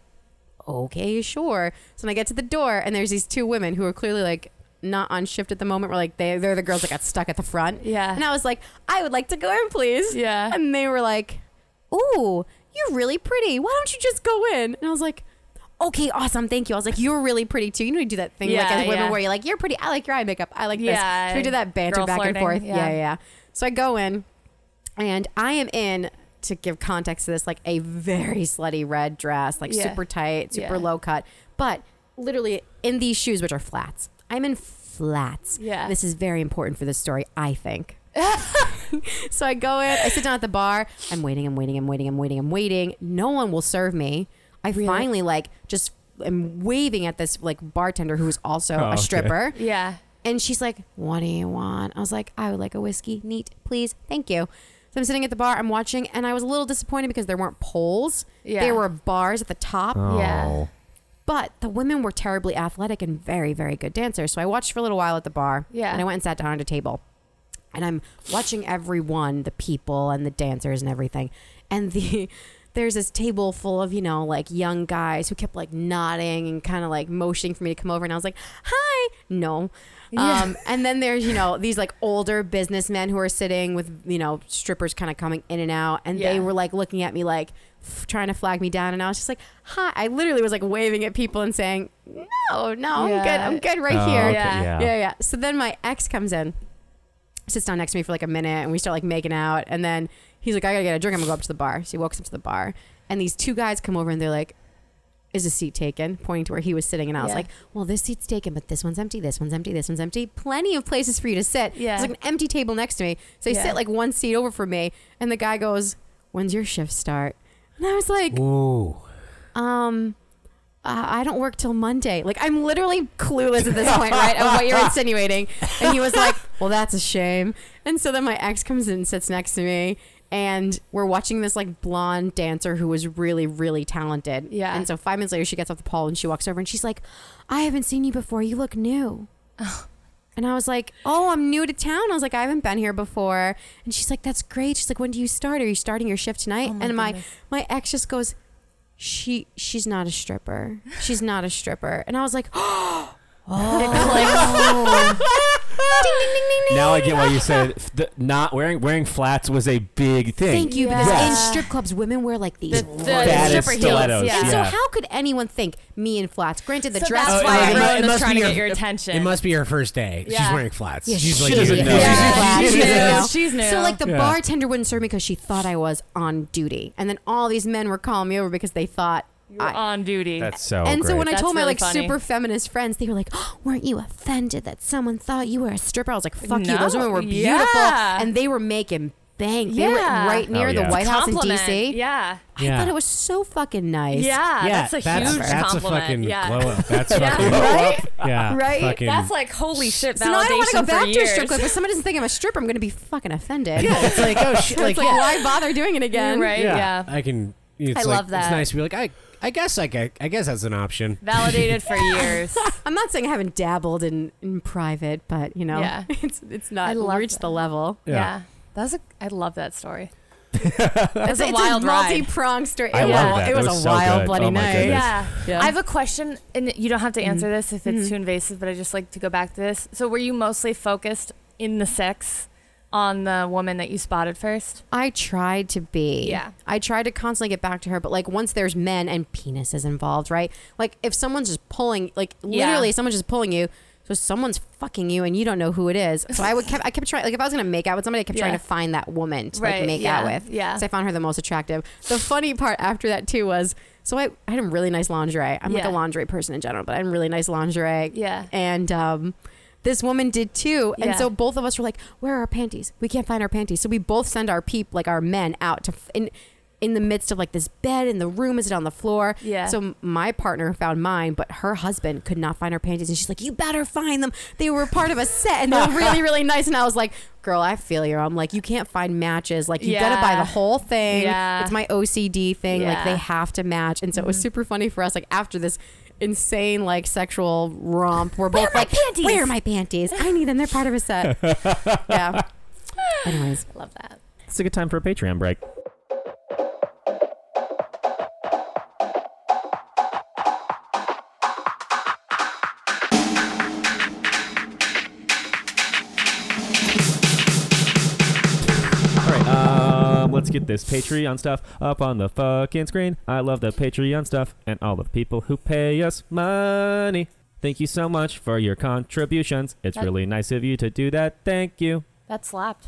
C: okay, sure. So when I get to the door and there's these two women who are clearly like not on shift at the moment. We're like, they, they're the girls that got stuck at the front.
A: Yeah.
C: And I was like, I would like to go in, please.
A: Yeah.
C: And they were like, ooh, you're really pretty. Why don't you just go in? And I was like, okay, awesome. Thank you. I was like, you're really pretty too. You know, you do that thing like
A: Yeah,
C: as women
A: yeah.
C: where you're like, you're pretty. I like your eye makeup. I like this.
A: Yeah.
C: So we did that banter
A: Girl
C: back
A: flirting,
C: and forth.
A: yeah.
C: yeah, yeah. So I go in and I am in to give context to this like a very slutty red dress, like
A: Yeah.
C: super tight, super
A: Yeah.
C: low cut, but literally in these shoes which are flats. I'm in flats.
A: Yeah.
C: This is very important for this story, I think. so I go in, I sit down at the bar. I'm waiting, I'm waiting, I'm waiting, I'm waiting, I'm waiting. No one will serve me. I finally like just am waving at this like bartender who is also
D: Oh,
C: a
D: okay.
C: stripper.
A: Yeah.
C: And she's like, What do you want? I was like, I would like a whiskey, neat, please. Thank you. So I'm sitting at the bar, I'm watching, and I was a little disappointed because there weren't poles.
A: Yeah.
C: There were bars at the top.
A: Yeah.
D: Oh.
C: But the women were terribly athletic and very, very good dancers. So I watched for a little while at the bar.
A: Yeah.
C: And I went and sat down at a table. And I'm watching everyone, the people and the dancers and everything. And the there's this table full of, you know, like young guys who kept like nodding and kind of like motioning for me to come over. And I was like, hi. No. Um, and then there's, you know, these like older businessmen who are sitting with, you know, strippers kind of coming in and out. And they
A: Yeah.
C: were like looking at me like f- trying to flag me down and I was just like hi I literally was like waving at people and saying no no I'm good
A: Yeah.
C: I'm good right
D: Oh,
C: here
D: okay,
A: Yeah.
D: yeah.
C: yeah yeah so then my ex comes in sits down next to me for like a minute and we start like making out and then he's like I gotta get a drink I'm gonna go up to the bar so he walks up to the bar and these two guys come over and they're like is a seat taken pointing to where he was sitting and I was
A: Yeah.
C: like well this seat's taken but this one's empty this one's empty this one's empty plenty of places for you to sit
A: Yeah.
C: there's like an empty table next to me so I
A: Yeah.
C: sit like one seat over from me and the guy goes when's your shift start and I was like
B: Ooh.
C: um uh, I don't work till Monday. Like I'm literally clueless at this point, right? Of what you're insinuating. And he was like, "Well, that's a shame." And so then my ex comes in and sits next to me, and we're watching this like blonde dancer who was really, really talented.
A: Yeah.
C: And so five minutes later, she gets off the pole and she walks over and she's like, "I haven't seen you before. You look new." And I was like, "Oh, I'm new to town." I was like, "I haven't been here before." And she's like, "That's great." She's like, "When do you start? Are you starting your shift tonight?"
A: Oh my
C: and my
A: goodness.
C: my ex just goes, "She she's not a stripper. She's not a stripper." And I was like,
D: Now I get why you said f- the, not wearing wearing flats was a big thing.
C: "Thank you," because
A: Yeah.
C: in strip clubs, women wear like these.
A: The,
C: long-
A: the
D: That is
A: stripper
D: stilettos,
A: heels. Yeah.
C: and so,
D: yeah.
C: how could anyone think me in flats? Granted, the
A: So
C: dress.
A: that's
B: it
A: why
B: must- it mu-
A: everyone
B: it
A: was
B: must
A: trying
B: be
A: to
B: her-
A: get your attention.
B: It must be her first day. She's
A: Yeah.
B: wearing flats.
C: Yeah,
B: She's
C: she
B: like
D: doesn't
B: you.
D: know.
A: Yeah,
C: She's
A: she's
C: new.
A: new. She's new.
C: So like the
B: Yeah.
C: bartender wouldn't serve me because she thought I was on duty, and then all these men were calling me over because they thought
A: You're on duty.
D: That's so
C: and
D: Oh, great.
C: so when I
A: That's
C: told my
A: really
C: like
A: funny.
C: super feminist friends, they were like, oh, "Weren't you offended that someone thought you were a stripper?" I was like, "Fuck you!
A: No.
C: Those women were beautiful,
A: Yeah.
C: and they were making bank. They were
A: Yeah.
C: right near
D: Oh,
C: the
D: yeah.
C: White House in
A: Compliment.
C: D.C.
A: Yeah.
C: I thought it was so fucking
A: Yeah,
C: nice.
A: that's a huge
B: that's
A: compliment.
B: a fucking
A: yeah.
B: glow up. That's
A: Yeah,
B: fucking
C: right?
B: yeah,
C: Right?
B: Fucking,
A: That's like holy shit validation
C: So now I don't want to go
A: for
C: back to a
A: years.
C: strip club. If somebody doesn't think I'm a stripper, I'm going to be fucking offended.
B: yeah, it's like oh shit,
C: So it's
B: like,
C: like,
B: yeah,
C: why bother doing it again?
A: Right? Yeah.
B: I can. It's
A: I
B: like,
A: love that.
B: It's nice to be like I. I guess I, ca- I guess that's an option.
A: Validated for years.
C: I'm not saying I haven't dabbled in, in private, but you know,
A: Yeah.
C: it's it's
A: I
C: not
A: love
C: reached
A: that.
C: the level.
A: Yeah.
B: Yeah.
A: That's a I love that story.
C: That's
A: a wild ride.
C: multi-pronged story.
D: I
C: it
D: love
C: was,
D: that.
C: It
D: That
C: was,
D: was
C: a
D: so
C: wild
D: good.
C: bloody
D: Oh my
C: night.
D: goodness.
A: Yeah. Mm-hmm.
C: Yeah.
A: I have a question and you don't have to answer this if it's too invasive, but I just like to go back to this. So were you mostly focused in the sex on the woman that you spotted first?
C: I tried to be.
A: Yeah.
C: I tried to constantly get back to her, but like once there's men and penises involved, right? Like if someone's just pulling, like
A: Yeah.
C: literally someone's just pulling you, so someone's fucking you and you don't know who it is. So I would kept, I kept trying, like if I was gonna make out with somebody, I kept
A: Yeah.
C: trying to find that woman to
A: Right,
C: like make out
A: yeah,
C: with.
A: yeah.
C: So I found her the most attractive. The funny part after that too was, so I, I had a really nice lingerie. I'm like a
A: Yeah.
C: lingerie person in general, but I had a really nice lingerie.
A: Yeah.
C: And um, this woman did too. And
A: Yeah.
C: so both of us were like, "Where are our panties? We can't find our panties." So we both send our peep, like our men, out to f- in in the midst of like this bed in the room. Is it on the floor?
A: Yeah.
C: So my partner found mine, but her husband could not find her panties, and she's like, "You better find them. They were part of a set, and they're really, really nice." And I was like. Girl, I feel you. I'm like, you can't find matches. Like, you gotta buy
A: Yeah.
C: the whole thing.
A: Yeah.
C: It's my OCD thing. Like,
A: Yeah. Mm-hmm.
C: they have to match. And so it was super funny for us. Like, after this insane, like, sexual romp, we're both
A: my
C: like,
A: panties?
C: Where are my panties? I need them. They're part of a set. yeah. Anyways,
A: I love that.
D: It's a good time for a Patreon break. All right, um, Let's get this Patreon stuff up on the fucking screen. I love the Patreon stuff and all the people who pay us money. Thank you so much for your contributions. It's
A: That-
D: really nice of you to do that. Thank you
A: That slapped.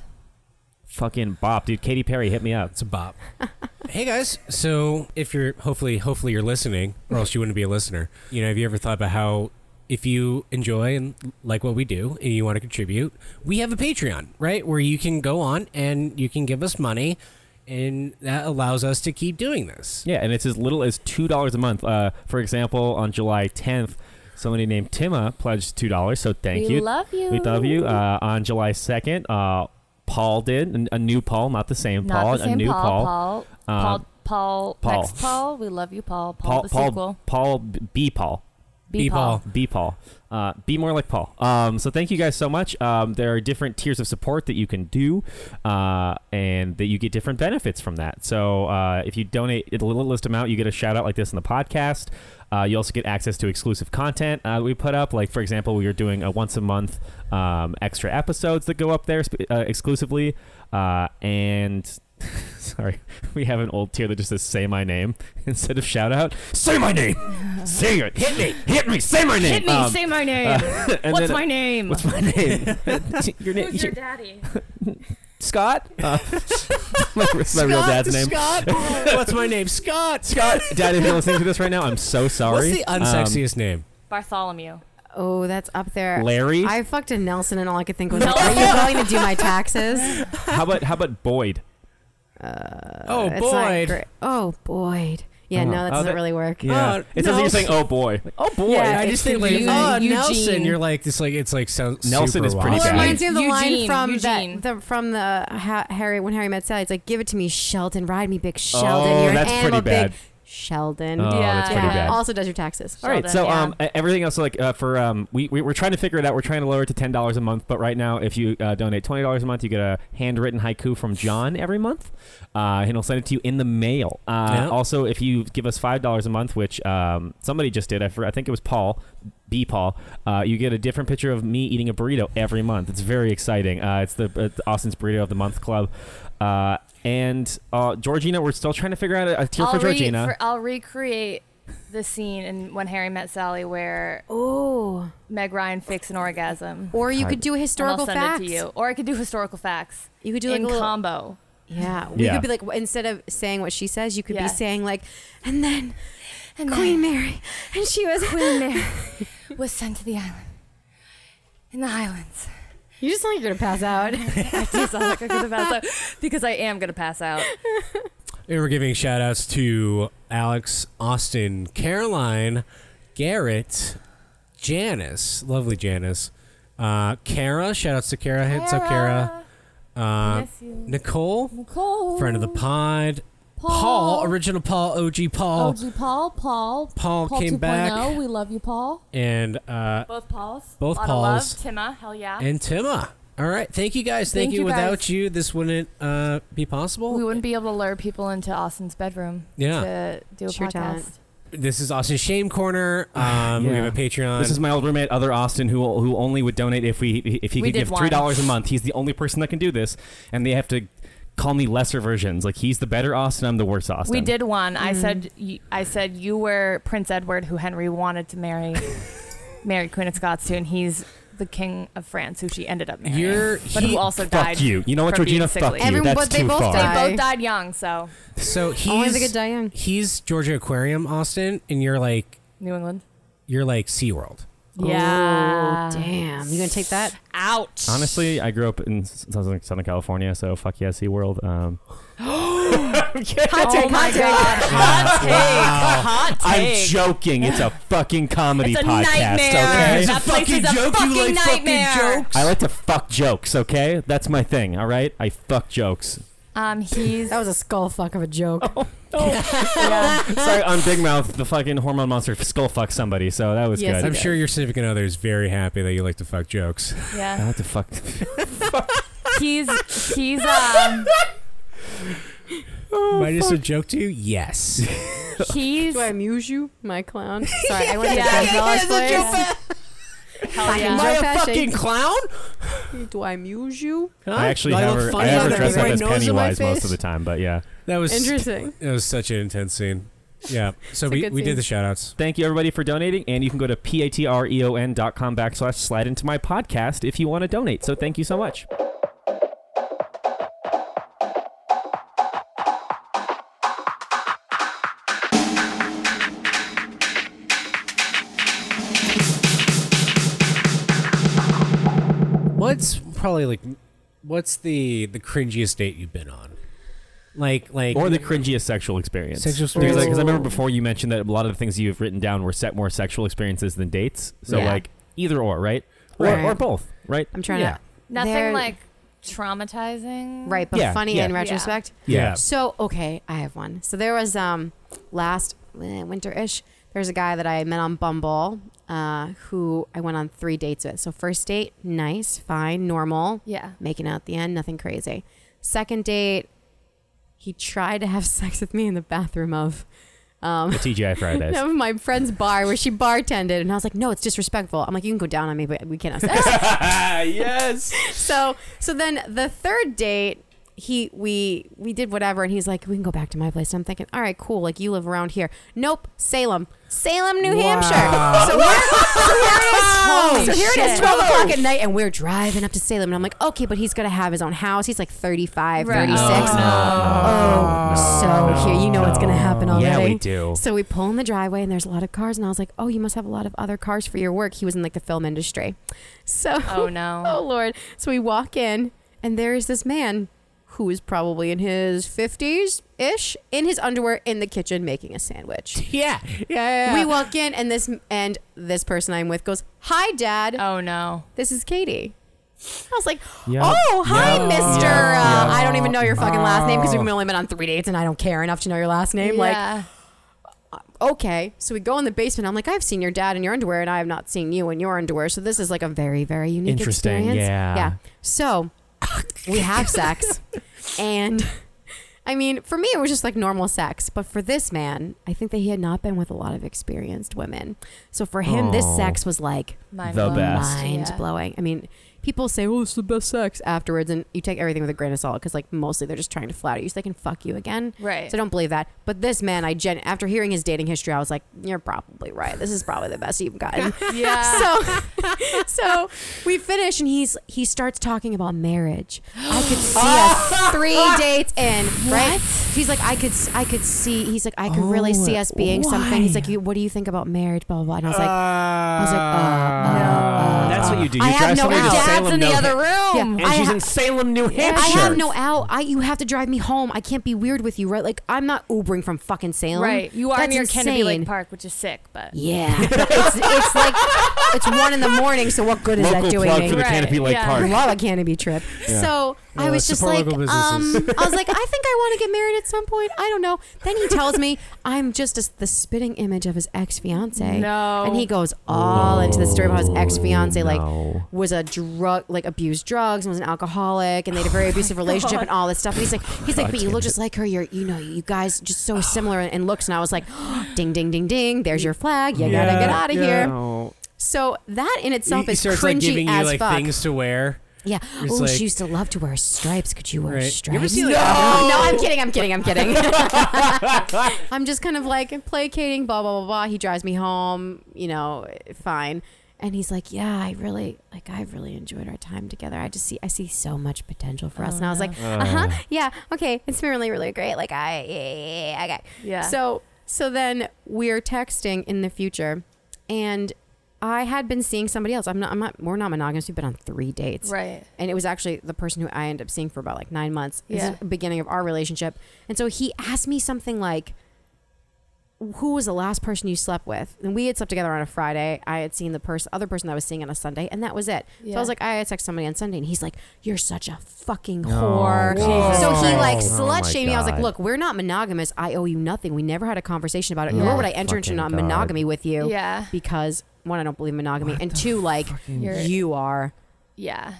D: fucking bop, dude. Katy Perry hit me up.
B: It's a bop. hey guys, so if you're hopefully hopefully you're listening, or else you wouldn't be a listener. You know, have you ever thought about how if you enjoy and like what we do and you want to contribute, we have a Patreon, right? Where you can go on and you can give us money and that allows us to keep doing this.
D: Yeah, and it's as little as two dollars a month. Uh, for example, on July 10th, somebody named Tima pledged two dollars. So thank
A: We
D: you.
A: love you.
D: We love you. Uh, on July 2nd, uh, Paul did N- a new Paul, not the same
A: Not
D: Paul,
A: the same
D: a new
A: Paul. Paul.
D: Um,
A: Paul. Paul.
D: Paul.
A: Next Paul. We love you, Paul. Paul,
D: Paul,
A: the
D: Paul,
A: sequel.
D: Paul B. Paul.
A: B.
B: Paul.
A: Paul.
D: Be Paul. Uh, be more like Paul. Um, so thank you guys so much. Um, there are different tiers of support that you can do, uh, and that you get different benefits from that. So uh, if you donate a littlest amount, you get a shout out like this in the podcast. Uh, you also get access to exclusive content uh, we put up. Like for example, we are doing a once a month um, extra episodes that go up there sp- uh, exclusively, uh, and. Sorry, we have an old tier that just says "Say my name" instead of shout out. Say my name. Say it. Hit me. Hit me. Say my name.
A: Hit me.
D: Um,
A: say my name.
D: uh, and
A: What's
D: then-
A: my name?
D: What's my name? your name?
A: Who's your
D: your-
A: daddy?
D: Scott. Uh, my, my real dad's name.
B: Scott.
C: oh,
B: What's my name? Scott.
D: Scott. Dad, if you're listening to this right now, I'm so
B: What's
D: sorry.
B: the unsexiest name?
A: Bartholomew.
C: oh, that's up there.
D: Larry?
C: I fucked a Nelson, and all I could think was,
A: No.
C: like, "Are you going to do my taxes?"
D: Um, how about how about Boyd?
B: Uh, oh
C: uh, It's not
B: boy.
C: great. Oh, Boyd. Yeah,
D: Oh.
C: no, that
D: Oh,
C: doesn't
D: that-
C: really work.
B: Yeah. Uh,
D: it sounds like
B: no.
D: you're saying, "Oh boy." Like, oh boy.
C: Yeah.
B: I
C: It's
B: just think like
C: confusing.
B: oh
C: Eugene.
B: Nelson. You're like it's like it's like sounds
D: Nelson
B: super
D: is pretty
B: wide.
C: Well, it
D: bad.
C: reminds me of the line
A: Eugene,
C: from
A: Eugene.
C: that the, from the ha- Harry when Harry met Sally. It's like, "Give it to me, Sheldon. Ride me, big Sheldon.
D: Oh,
C: You're
D: that's
C: an
D: pretty
C: animal,
D: bad.
C: big Sheldon."
A: Yeah.
D: Oh, that's pretty
A: Yeah.
D: bad.
C: Also, does your taxes.
D: All right,
A: Sheldon,
D: so
A: yeah.
D: um, e- everything else, so, like uh, for um, we, we we're trying to figure it out. We're trying to lower it to ten dollars a month, but right now, if you uh, donate twenty dollars a month, you get a handwritten haiku from John every month, uh, and he'll send it to you in the mail. Uh,
B: Yeah.
D: Also, if you give us five dollars a month, which um, somebody just did, I, for, I think it was Paul, B Paul, uh, you get a different picture of me eating a burrito every month. It's very exciting. Uh, it's the uh, the Austin's Burrito of the Month Club. Uh, and uh, Georgina, we're still trying to figure out a, a tier
A: I'll,
D: for
A: re-
D: Georgina.
A: for- I'll recreate the scene in When Harry Met Sally where
C: Oh,
A: Meg Ryan fakes an orgasm.
C: or you could do a historical
A: and I'll send
C: facts.
A: it to you, or I could do historical facts.
C: You could do like
A: in
C: a little-
A: combo.
C: Yeah, we
D: Yeah.
C: could be like w- instead of saying what she says, you could
A: Yeah.
C: be saying like, and then Queen Mary, and she was
A: Queen Mary was sent to the island in the highlands
C: You just sound like you're gonna pass out.
A: I do sound like I'm gonna pass out because I am gonna pass out.
B: And we're giving shout outs to Alex, Austin, Caroline, Garrett, Janice, lovely Janice, uh, Kara, shout outs to Kara, heads up, Kara, uh,
A: Miss you.
B: Nicole,
A: Nicole,
B: friend of the pod, Paul, original Paul, OG Paul,
A: OG Paul, Paul,
B: Paul came back.
A: 2.0, We love you, Paul.
B: and uh,
A: Both Pauls.
B: Both
A: Lot
B: Pauls.
A: Of love. Timma, hell yeah.
B: and Timma. All right, thank you guys. Thank,
A: Thank
B: you.
A: you guys.
B: Without you, this wouldn't uh, be possible.
A: we wouldn't be able to lure people into Austin's bedroom
B: Yeah.
A: to do a
C: It's your
A: podcast.
C: talent.
B: This is Austin's Shame Corner. Um, We
D: Yeah.
B: have a Patreon.
D: This is my old roommate, other Austin, who who only would donate if we if he
A: We
D: could
A: did
D: give
A: one.
D: three dollars a month. He's the only person that can do this, and they have to call me lesser versions. Like he's the better Austin, I'm the worse Austin.
A: We did one. I
C: Mm-hmm.
A: said y- I said you were Prince Edward, who Henry wanted to marry, marry Queen of Scots to, and he's the King of France, who she ended up marrying.
B: You're-
A: but
B: he-
A: who also
D: Fuck
A: died.
D: you. You know what,
A: from being
D: Georgina? Fuck
A: sickly.
D: you.
C: Everyone-
D: That's
C: but they
D: too
C: both
D: far.
A: They
C: died.
A: both died young, so
B: so he's
C: Only the good die young.
B: he's Georgia Aquarium, Austin, and you're like
A: New England.
B: you're like SeaWorld.
A: Yeah.
C: Oh, damn. You gonna take that?
A: Ouch.
D: Honestly, I grew up in s- Southern, Southern California, so fuck yeah, SeaWorld. Um,
C: Oh
A: Hot take, hot take. Hot take. Hot
D: I'm
A: take.
D: joking. It's a fucking comedy
A: It's a
D: podcast.
A: nightmare.
D: Okay.
A: That place is a fucking nightmare.
D: I like to fuck jokes. Okay, that's my thing. All right, I fuck jokes.
A: Um, he's
C: That was a skull fuck of a joke.
A: Oh.
D: Sorry, on Big Mouth, the fucking hormone monster skull fucked somebody, so that was
C: Yes,
D: good.
B: I'm sure your significant other is very happy that you like to fuck jokes.
D: I
A: yeah.
D: like to fuck.
A: He's he's um
B: Might this a joke to you? Yes.
A: he's
C: Do I amuse you, my clown? Sorry, I went to
A: Yeah.
C: John's
A: Yeah,
C: Dollars
A: yeah, yeah,
C: place.
A: hell
C: Am
A: yeah.
C: I a fashion. fucking
B: clown?
C: Do I amuse you?
D: I actually have her. I
C: funny.
D: have her
C: Yeah,
D: dressed
C: there's
D: up
C: a
D: as
C: nose in my
D: Pennywise most
C: face.
D: of the time, but yeah.
B: That was
C: Interesting.
B: That was such an intense scene. Yeah. So
C: It's a
B: we,
C: good
B: we
C: scene.
B: did the shout outs.
D: Thank you everybody for donating, and you can go to patreon E dot com backslash slide into my podcast if you want to donate. So thank you so much.
B: What's probably like what's the the cringiest date you've been on? Like like
D: Or the cringiest sexual experience.
B: Sexual
D: Because like, 'cause I
C: Ooh.
D: remember before you mentioned that a lot of the things you've written down were set more sexual experiences than dates. So
C: Yeah.
D: like either or, right? Or,
C: Right.
D: or both, right?
C: I'm trying
B: Yeah.
C: to.
A: Nothing
C: They're-
A: like traumatizing.
C: Right, but
D: Yeah,
C: funny
D: yeah.
C: in
D: Yeah.
C: retrospect.
B: Yeah.
C: So okay, I have one. So there was um last eh, winter ish. There's a guy that I met on Bumble, uh, who I went on three dates with. So first date, nice, fine, normal,
A: Yeah.
C: making out at the end, nothing crazy. Second date, he tried to have sex with me in the bathroom of um,
D: The TGI Fridays.
C: of my friend's bar where she bartended, and I was like, "No, it's disrespectful." I'm like, "You can go down on me, but we can't have sex."
D: yes.
C: so so then the third date he we we did whatever and he's like we can go back to my place and i'm thinking all right cool like you live around here nope salem salem new hampshire so we're, so here it is so here it is 12 o'clock at night and we're driving up to salem and i'm like okay but he's gonna have his own house he's like 35
A: Right.
C: 36 oh so here you know what's gonna happen already
D: Yeah, we do.
C: so we pull in the driveway and there's a lot of cars and i was like oh you must have a lot of other cars for your work he was in like the film industry so
A: Oh no.
C: Oh Lord. So we walk in and there is this man who is probably in his 50s ish in his underwear in the kitchen making a sandwich.
B: Yeah. Yeah.
C: We walk in and this and this person I'm with goes, "Hi dad.
A: Oh no.
C: This is Katie." I was like,
D: Yeah.
C: "Oh, hi,
D: Yeah.
C: Mister.
D: Yeah.
C: Uh, I don't even know your fucking last name because we've only been on three dates, and I don't care enough to know your last name." Like,
A: yeah.
C: okay. So we go in the basement. I'm like, "I've seen your dad in your underwear, and I have not seen you in your underwear." So this is like a very, very unique
D: Interesting,
C: experience.
D: yeah.
C: Yeah. So we have sex. And I mean, for me, it was just like normal sex. But for this man, I think that he had not been with a lot of experienced women. So for him, this
D: Oh.
C: sex was like
A: Mind
D: The
A: blown.
D: best.
C: mind
A: Yeah.
C: blowing. I mean, people say, oh, it's the best sex afterwards. And you take everything with a grain of salt because, like, mostly they're just trying to flatter you so they can fuck you again.
A: Right.
C: So I don't believe that. But this man, I gen- after hearing his dating history, I was like, you're probably right. This is probably the best you've gotten.
A: Yeah.
C: so so we finish and he's he starts talking about marriage i could see us three dates in right he's like i could s- i could see he's like i could really see
A: Oh,
C: us being something he's like you, what do you think about marriage blah blah blah and i was like i was like uh, uh, uh,
D: That's That's what you do. You
C: I
D: drive
C: have no
D: somebody to
C: out.
D: Salem,
A: Dad's in the
D: no
A: other
D: hit.
A: room.
C: Yeah.
D: And
C: I
D: she's
C: ha-
D: in Salem, New Hampshire.
C: I have no out. I you have to drive me home. I can't be weird with you, right? Like I'm not Ubering from fucking Salem.
A: Right. You are
C: That's
A: near
C: insane.
A: Kennedy Lake Park, which is sick, but
C: Yeah, it's, it's like it's one in the morning. So what good is
D: Local
C: that doing
D: plug
C: me?
D: for the
A: Right,
D: Canopy Lake
A: yeah.
D: Park.
C: Love a canopy trip. So I
B: Yeah,
C: was just
B: support
C: like,
B: local
C: um,
B: businesses.
C: I was like, I think I want to get married at some point. I don't know. Then he tells me I'm just a, the spitting image of his ex fiance.
A: No.
C: and he goes all into the story about his ex fiance,
D: no.
C: like was a drug, like abused drugs, and was an alcoholic, and they
B: Oh
C: had a very abusive relationship and all this stuff. And he's like, he's like, but you look just like her. You're, you know, you guys just so similar in, in looks. And I was like, ding, ding, ding, ding. There's your flag. You gotta get out of here.
D: No.
C: So that in
B: He-
C: itself
B: he
C: is
B: starts
C: cringy
B: like giving
C: as
B: you like
C: fuck.
B: things to wear.
C: Yeah.
B: It's
C: Oh,
B: like-
C: she used to love to wear stripes. Could you wear
B: Right. You ever
C: stripes?
B: see, like-
C: no! no, I'm kidding. I'm kidding. I'm kidding. I'm just kind of like placating, blah, blah, blah, blah. He drives me home, you know, fine. And he's like, yeah, I really, like, I really enjoyed our time together. I just see, I see so much potential for us. and I
B: Oh,
C: was like, uh huh,
B: Uh-huh.
C: yeah, okay, it's been really, really great. Like, I, yeah, yeah, yeah, okay.
A: Yeah.
C: So, so then we're texting in the future, and I had been seeing somebody else. I'm not, I'm not, we're not monogamous. We've been on three dates
A: right.
C: and it was actually the person who I ended up seeing for about like nine months. This
A: Yeah.
C: is the beginning of our relationship. And so he asked me something like, "Who was the last person you slept with?" And we had slept together on a Friday. I had seen the person, other person that I was seeing on a Sunday, and that was it. So
A: Yeah.
C: I was like, "I had sex with somebody on Sunday," and he's like, "You're such a fucking whore."
D: God.
C: so he
D: Jesus
C: like
D: Christ.
C: slut
D: Oh my
C: shamed me. I was like,
D: God.
C: "Look, we're not monogamous. I owe you nothing. We never had a conversation about it.
A: Yeah.
C: Nor would I enter into
D: Fucking
C: non
D: God.
C: monogamy with you."
A: Yeah.
C: Because one, I don't believe in monogamy, and two, like
A: You're-
C: you are.
A: Yeah.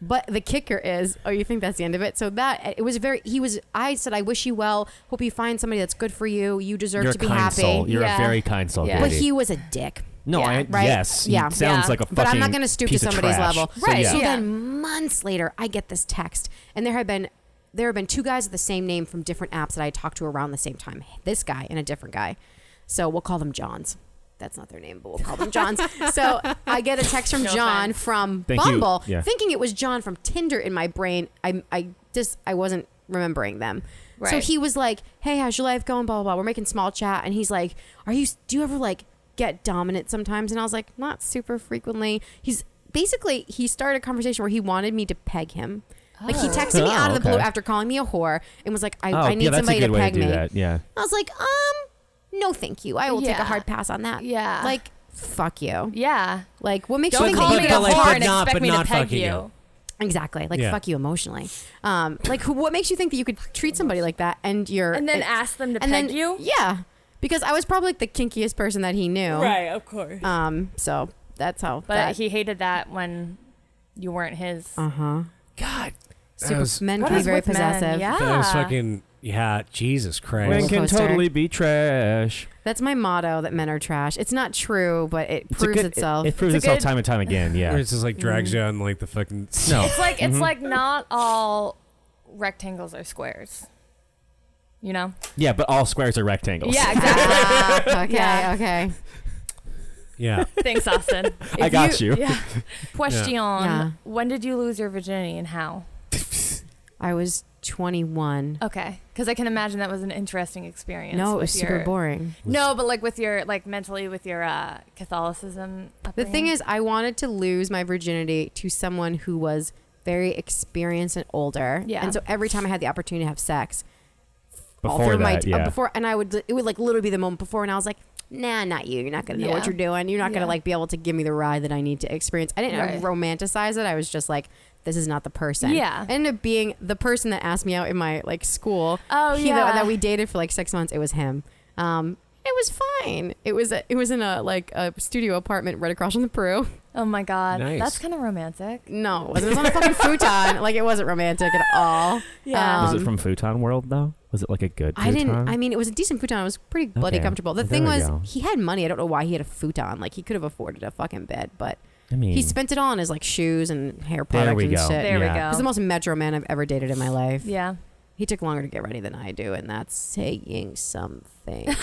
C: But the kicker is, oh, you think that's the end of it? So that it was very. He was. I said, I wish you well. Hope you find somebody that's good for you. You deserve
D: You're a
C: to be
D: kind
C: happy.
D: soul. You're
A: Yeah.
D: a very kind soul.
A: Yeah.
C: But
D: Katie.
C: he was a dick.
D: no,
A: Yeah,
D: I,
C: right?
D: yes, he
C: Yeah.
D: sounds
A: Yeah.
D: like a fucking.
C: But I'm not going to stoop to
D: piece of
C: somebody's
D: trash.
C: level.
D: So,
A: Right.
D: yeah.
C: So
A: Yeah.
C: then months later, I get this text, and there have been there have been two guys with the same name from different apps that I talked to around the same time. This guy and a different guy. So we'll call them Johns. That's not their name, but we'll call them Johns. so I get a text from
A: No
C: John
A: offense.
C: from
D: Thank you.
C: Bumble,
D: Yeah.
C: thinking it was John from Tinder in my brain. I I just I wasn't remembering them. So
A: Right.
C: he was like, "Hey, how's your life going?" Blah blah blah. We're making small chat, and he's like, "Are you? Do you ever like get dominant sometimes?" And I was like, "Not super frequently." He's basically he started a conversation where he wanted me to peg him. Like he texted me out of the
D: Oh, okay.
C: blue after calling me a whore and was like, "I,
D: Oh,
C: I need
D: yeah, that's
C: somebody
D: a good
C: to
D: way
C: peg
D: to do
C: me."
D: that. Yeah.
C: I was like, "Um, no, thank you. I will take
A: Yeah.
C: a hard pass on that."
A: Yeah.
C: like fuck you.
A: Yeah.
C: Like what makes
A: Don't
C: you think
B: But-
A: call
C: that
B: but-
A: me
C: you
A: a
B: but
A: whore
B: like- but
A: and
B: not-
A: expect
B: but
A: me to
B: not
A: peg
B: fucking
A: you.
B: you.
C: Exactly. Like
B: Yeah.
C: fuck you emotionally. Um, like who, what makes you think that you could treat somebody like that and you're
A: And then ask them to peg you?
C: Yeah, because I was probably like the kinkiest person that he knew.
A: of course.
C: Um. So that's how.
A: But
C: that,
A: he hated that when you weren't his.
C: Uh huh.
B: God, that
C: Super
B: was-
C: men
A: What
C: can be
A: is
C: very
A: with men?
C: possessive.
A: Yeah.
B: That was fucking yeah. Jesus
D: Men
C: Roller
B: Christ.
D: can
C: coaster.
D: totally be trash.
C: That's my motto that men are trash. It's not true, but it
D: It's a
C: proves
D: good-
C: itself.
D: It, it proves
A: It's a
D: itself
A: good-
D: time and time again.
B: Where
D: Yeah.
B: it's just like
C: Mm.
B: drags you on like the fucking
D: No.
A: It's like
D: Mm-hmm.
A: it's like not all rectangles are squares. You know?
D: Yeah, but all squares are rectangles.
A: Yeah, exactly.
C: Ah, okay.
A: Yeah.
C: Okay.
B: Yeah.
A: Thanks, Austin.
D: I got you.
A: Yeah. Question.
C: Yeah.
A: When did you lose your virginity and how?
C: I was 21.
A: Okay. Because I can imagine that was an interesting experience.
C: no, it was
A: with
C: super
A: your-
C: boring.
A: No, but like with your like mentally with your uh Catholicism.
C: The thing
A: upbringing.
C: is, I wanted to lose my virginity to someone who was very experienced and older.
A: Yeah.
C: And so every time I had the opportunity to have sex, all
D: Before
C: through my
D: that,
C: d- uh,
D: yeah.
C: before, and I would it would like literally be the moment before, and I was like, Nah, not you. You're not gonna know
A: Yeah.
C: what you're doing. You're not
A: Yeah.
C: gonna like be able to give me the ride that I need to experience. I didn't
A: Right.
C: romanticize it. I was just like. This is not the person.
A: Yeah.
C: I ended up being the person that asked me out in my like school.
A: Oh,
C: He- that-
A: yeah.
C: that we dated for like six months. It was him. Um, it was fine. It was a, it was in a like a studio apartment right across from the Peru.
A: Oh my god.
B: Nice.
A: That's kind of romantic.
C: No, it wasn't. It was on a fucking futon. Like it wasn't romantic at all.
A: Yeah.
C: Um,
D: Was it from Futon World though? Was it like a good?
C: I didn't.
D: futon?
C: I mean, it was a decent futon. It was pretty bloody
D: Okay.
C: comfortable. The
D: There
C: thing
D: we
C: was,
D: go.
C: he had money. I don't know why he had a futon. Like he could have afforded a fucking bed, but
D: I mean,
C: he spent it all on his like shoes and hair product
D: There we
C: and
D: go.
C: shit.
A: There
D: yeah.
A: we
C: He's
A: go.
C: the most metro man I've ever dated in my life.
A: yeah.
C: He took longer to get ready than I do, and that's saying something.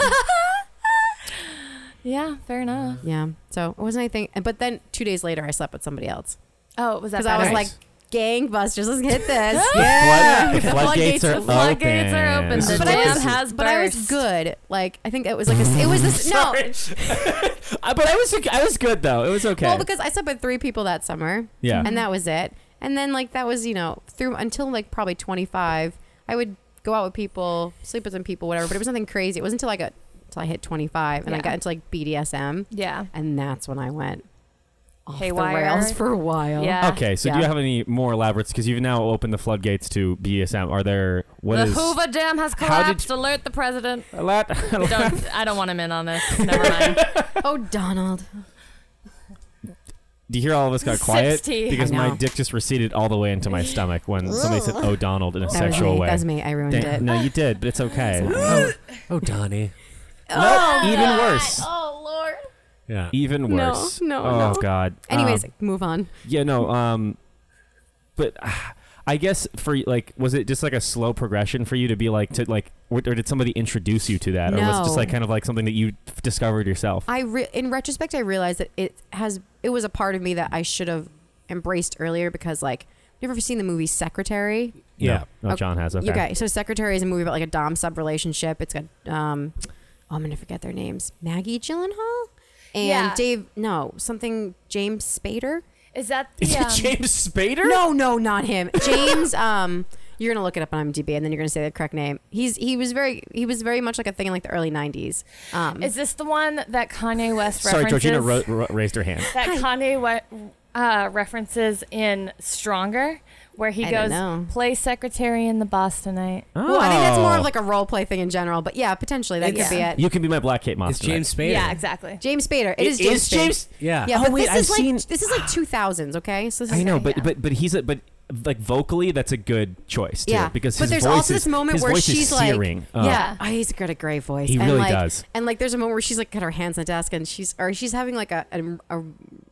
A: Yeah. Fair enough.
C: yeah. So it wasn't anything. But then two days later, I slept with somebody else
A: Oh, was that
C: because I was
A: better?
C: like, gangbusters. Let's get this.
D: Flood- the
C: Yeah.
D: floodgates are
A: The floodgates are open.
D: open.
A: The
C: But I
A: dam
C: was-
A: has burst.
C: But I was good. Like I think it was like a, it was this no.
D: I- Uh, but I was I was good though. It was okay.
C: Well, because I slept with three people that summer.
D: Yeah.
C: And that was it. And then like that was, you know, through until like probably 25, I would go out with people, sleep with some people, whatever, but it was nothing crazy. It wasn't until I got until I hit 25 and I
A: Yeah.
C: got into like BDSM
A: Yeah.
C: and that's when I went off
A: Haywire.
C: the rails for a while.
A: Yeah.
D: okay, so do
C: Yeah.
D: you have any more elaborate? Because you've now opened the floodgates to BSM. Are there what
A: the
D: is
A: Hoover Dam has
D: How did
A: collapsed. Alert the president.
D: a lot?
A: Don't, I don't want him in on this. Never mind.
C: Oh, Donald.
D: do you hear all of us got quiet?
A: 60.
D: Because
C: I
D: my
C: know.
D: dick just receded all the way into my stomach when somebody said "Oh Donald" in a
C: That was
D: sexual
C: me.
D: way.
C: That was me. I ruined
D: Dang-
C: it.
D: no, you did, but it's okay.
B: Oh, oh, Donnie.
D: Nope, even worse.
B: Yeah.
D: Even
C: Oh, No,
D: worse.
C: no,
D: Oh
C: no.
D: God.
C: Anyways,
D: Um,
C: move on.
D: yeah, no. Um, but ah, I guess for like, was it just like a slow progression for you to be like to like, or, or did somebody introduce you to that, or was it just
C: No.
D: like kind of like something that you f- discovered yourself?
C: I re- in retrospect, I realized that it has it was a part of me that I should have embraced earlier because like you ever seen the movie Secretary?
D: yeah. No,
C: Okay.
D: John has. Okay.
C: You guys, so Secretary is a movie about like a dom sub relationship. It's got um, oh, I'm gonna forget their names. Maggie Gyllenhaal and
A: Yeah.
C: Dave. No, something James Spader.
A: Is that
D: Is
A: the um,
D: it James Spader?
C: No, no, not him. James. um, you're gonna look it up on IMDb and then you're gonna say the correct name. He's he was very he was very much like a thing in like the early '90s. Um,
A: Is this the one that Kanye West
D: Sorry,
A: references?
D: Georgina ro- ro- raised her hand.
A: that Kanye we- uh, references in Stronger, where he
C: I don't
A: goes,
C: know.
A: "Play secretary in the Bostonite."
C: well, I think that's more
D: Oh.
C: of like a role play thing in general, but yeah, potentially that
A: It's-
C: could be it.
D: You can be my black Kate
B: It's
D: Monster.
B: James Spader.
A: Yeah, exactly.
C: James Spader.
D: It
C: it is James.
D: is
C: Spader.
D: James- Oh,
B: Yeah.
C: Yeah, but
D: wait,
C: this is
D: I've
C: like
D: seen-
C: this is like 2000s. Okay, so this is
D: I know, but
A: yeah.
D: but but he's a but like vocally, that's a good choice. Too,
C: Yeah,
D: because
C: but
D: his
C: there's
D: voice
C: also
D: is-
C: this moment
D: his
C: where
D: voice is
C: she's like-
D: searing. Oh.
A: Yeah.
C: Oh, he's got a great voice.
D: He
C: and
D: really
C: like,
D: does.
C: And like, there's a moment where she's like, got her hands on the desk, and she's or she's having like a a, a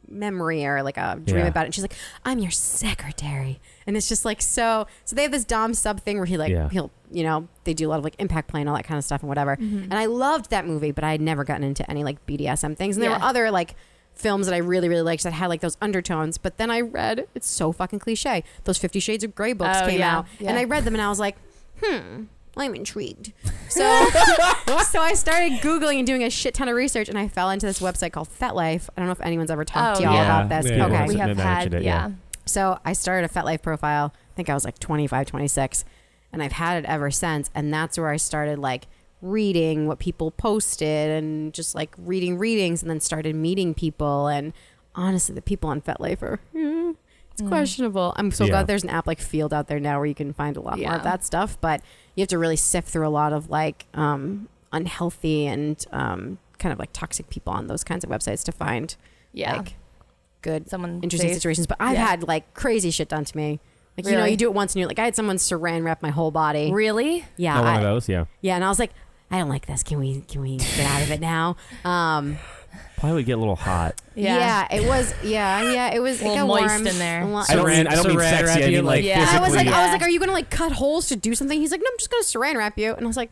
C: memory or like a dream
D: Yeah.
C: about it. And she's like, "I'm your secretary," and it's just like so. So they have this dom sub thing where he like
D: Yeah.
C: he'll you know they do a lot of like impact play and all that kind of stuff and whatever.
A: Mm-hmm.
C: And I loved that movie, but I had never gotten into any like BDSM things. And there
A: Yeah.
C: were other like films that I really really liked that had like those undertones. But then I read it's so fucking cliche. Those Fifty Shades of Grey books
A: Oh,
C: came
A: yeah,
C: out,
A: yeah.
C: and I read them, and I was like, hmm. I'm intrigued. So, so I started googling and doing a shit ton of research, and I fell into this website called FetLife. I don't know if anyone's ever talked
A: Oh,
C: to y'all
A: yeah.
C: about this.
D: Yeah,
C: okay,
D: we
A: We have
D: They
A: had,
D: mentioned it, yeah.
A: yeah.
C: so I started a FetLife profile. I think I was like 25, 26, and I've had it ever since. And that's where I started like reading what people posted and just like reading readings, and then started meeting people. And honestly, the people on FetLife are. mm, It's questionable. I'm so
D: Yeah.
C: glad there's an app like Field out there now where you can find a lot more
A: Yeah.
C: of that stuff, but you have to really sift through a lot of like um, unhealthy and um, kind of like toxic people on those kinds of websites to find
A: Yeah.
C: like good
A: Someone
C: interesting
A: safe.
C: situations. But I've
A: Yeah.
C: had like crazy shit done to me. Like you know,
A: Really?
C: you do it once and you're like, I had someone saran wrap my whole body.
A: Really?
C: Yeah,
D: Not one
C: I-
D: of those. Yeah.
C: yeah, and I was like, I don't like this. Can we can we get out of it now? Um,
D: Probably would get a little hot.
C: yeah. it was. Yeah, yeah, it was.
A: Little
C: it got
A: moist
C: warm.
A: in there.
C: A lot-
D: I don't mean I don't mean
B: Saran wrap
D: sexy. I
B: you,
D: mean like
B: like-
A: Yeah.
C: I
D: physically.
C: was like, I was
A: Yeah.
C: like, are you gonna like cut holes to do something? He's like, no, I'm just gonna saran wrap you. And I was like,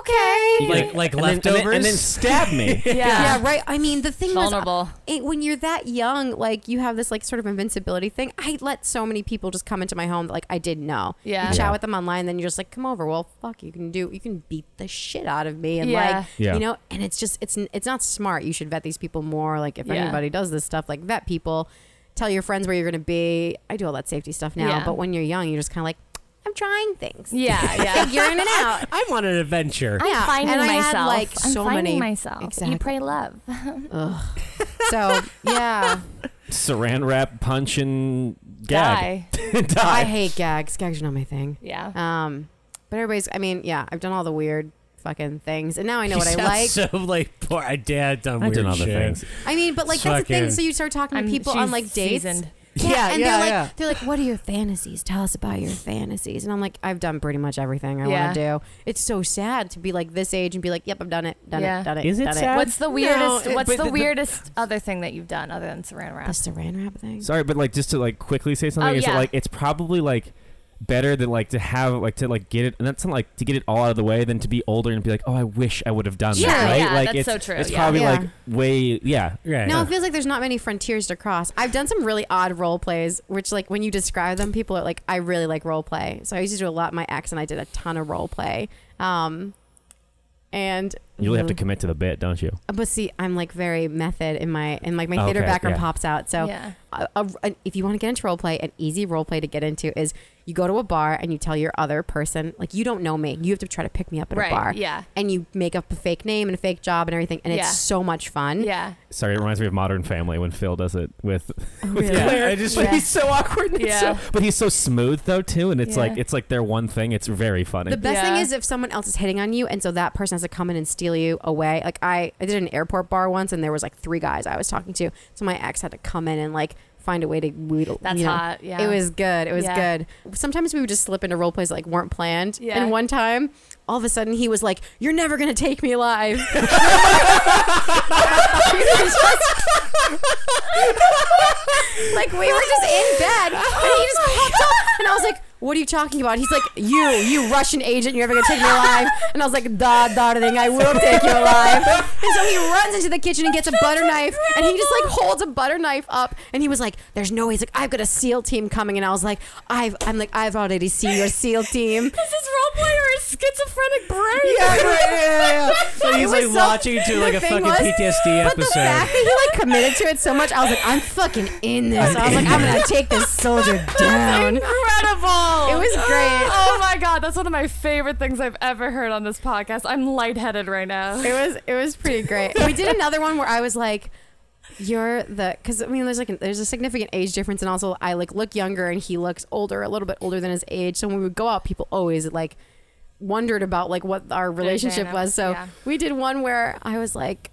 C: okay.
B: Like like
D: and then- and then-
B: leftovers.
D: and then stab me.
A: oh, Yeah.
C: Yeah, right. I mean, the thing
A: Vulnerable.
C: was, it, when you're that young, like you have this like sort of invincibility thing. I let so many people just come into my home that like I didn't know.
A: Yeah.
C: you chat
D: Yeah.
C: with them online, then you're just like, come over. Well, fuck, you can do, you can beat the shit out of me, and
A: Yeah.
C: like,
D: Yeah.
C: you know, and it's just, it's, it's not smart. You should vet these people more. Like if
A: Yeah.
C: anybody does this stuff, like vet people, tell your friends where you're gonna be. I do all that safety stuff now,
A: Yeah.
C: but when you're young, you're just kind of like, I'm trying things.
A: Yeah, yeah.
C: figuring it out.
B: I want an adventure.
A: I'm
C: Yeah,
A: finding
C: and I
A: myself.
C: had, like,
A: I'm
C: so
A: finding
C: many-
A: myself.
C: Exactly.
A: You pray love.
C: So yeah.
D: Saran wrap, punch, and gag.
A: Die.
D: Die.
C: I hate gags. Gags are not my thing.
A: Yeah.
C: Um, but everybody's. I mean, yeah, I've done all the weird fucking things, and now I know
B: You
C: what I
B: sound
C: like.
B: So like, poor, I did done
D: I've
B: weird
D: done other
B: shit.
D: things.
C: I mean, but like that's the thing.
B: Fucking-
C: So you start talking to
A: I'm-
C: people on
A: she's
C: like dates.
A: seasoned.
C: Yeah,
B: Yeah,
C: and
B: yeah,
C: they're like,
B: yeah.
C: they're like, what are your fantasies? Tell us about your fantasies. And I'm like, I've done pretty much everything I want
A: Yeah.
C: to do. It's so sad to be like this age and be like, yep, I've done it, done
A: Yeah.
C: it, done it.
D: Is it
C: done
D: sad?
C: It.
A: What's the weirdest?
D: it-
A: what's the,
D: but the- the-
A: weirdest other thing that you've done other than Saran
C: The
A: wrap?
C: saran wrap thing.
D: Sorry, but like just to like quickly say something
A: Oh,
D: is that,
A: yeah.
D: like it's probably like better than like to have like to like get it and that's not like to get it all out of the way than to be older and be like oh I wish I would have done
A: Yeah,
D: that right
A: yeah,
D: like
A: that's
D: it's
A: so true,
D: it's
A: yeah.
D: probably
C: Yeah.
D: like way yeah
B: Right.
C: No, it feels like there's not many frontiers to cross. I've done some really odd role plays, which like when you describe them, people are like, I really like role play. So I used to do a lot. My ex and I did a ton of role play. Um, and Mm.
D: you really have to commit to the bit don't you
C: but see, I'm like very method in my and like my theater
D: Oh, Okay,
C: background
D: yeah.
C: pops out. So
A: Yeah.
C: a, a- an- if you want to get into role play, an easy role play to get into is you go to a bar and you tell your other person like you don't know me. You have to try to pick me up at
A: Right,
C: a bar.
A: yeah.
C: and you make up a fake name and a fake job and everything, and
A: Yeah.
C: it's so much fun.
A: Yeah.
D: sorry it reminds me of Modern Family when Phil does it with
C: Really.
A: Yeah.
D: Claire. But
A: Yeah.
D: he's so awkward. and it's so-
A: Yeah.
D: but he's so smooth though too, and it's
A: Yeah.
D: like it's like their one thing. It's very funny.
C: The best
A: Yeah.
C: thing is if someone else is hitting on you, and so that person has to come in and steal you away. Like I, I did an airport bar once, and there was like three guys I was talking to, so my ex had to come in and like find a way to wheedle.
A: That's
C: you know.
A: hot, yeah.
C: it was good. It was
A: Yeah.
C: good. Sometimes we would just slip into role plays that, like weren't planned.
A: Yeah.
C: And one time, all of a sudden, he was like, "You're never gonna take me alive." He was just- like we were just in bed, and he just popped up, and I was like. What are you talking about? He's like, you, you Russian agent, you're ever gonna take me alive? And I was like, da, darling, I will take you alive. And so he runs into the kitchen and gets a butter knife, and he just like holds a butter knife up, and he was like, "There's no way." He's like, "I've got a SEAL team coming," and I was like, "I've," I'm like, "I've already seen your SEAL team."
A: This is role play or a schizophrenic brain.
B: So
C: It
B: he's like
C: was so-
B: watching it through
C: the
B: like a
C: thing
B: fucking
C: was-
B: PTSD
C: But the fact
B: episode.
C: that he like committed to it so much, I was like, I'm fucking in this. I was like, I'm gonna take this soldier down.
A: Incredible.
C: It was great.
A: Oh my god, that's one of my favorite things I've ever heard on this podcast. I'm lightheaded right now.
C: It was it was pretty great. We did another one where I was like, you're the because I mean there's like an, there's a significant age difference and also I like look younger and he looks older a little bit older than his age. So when we would go out, people always like wondered about like what our relationship
A: enough,
C: was. So
A: yeah.
C: we did one where I was like.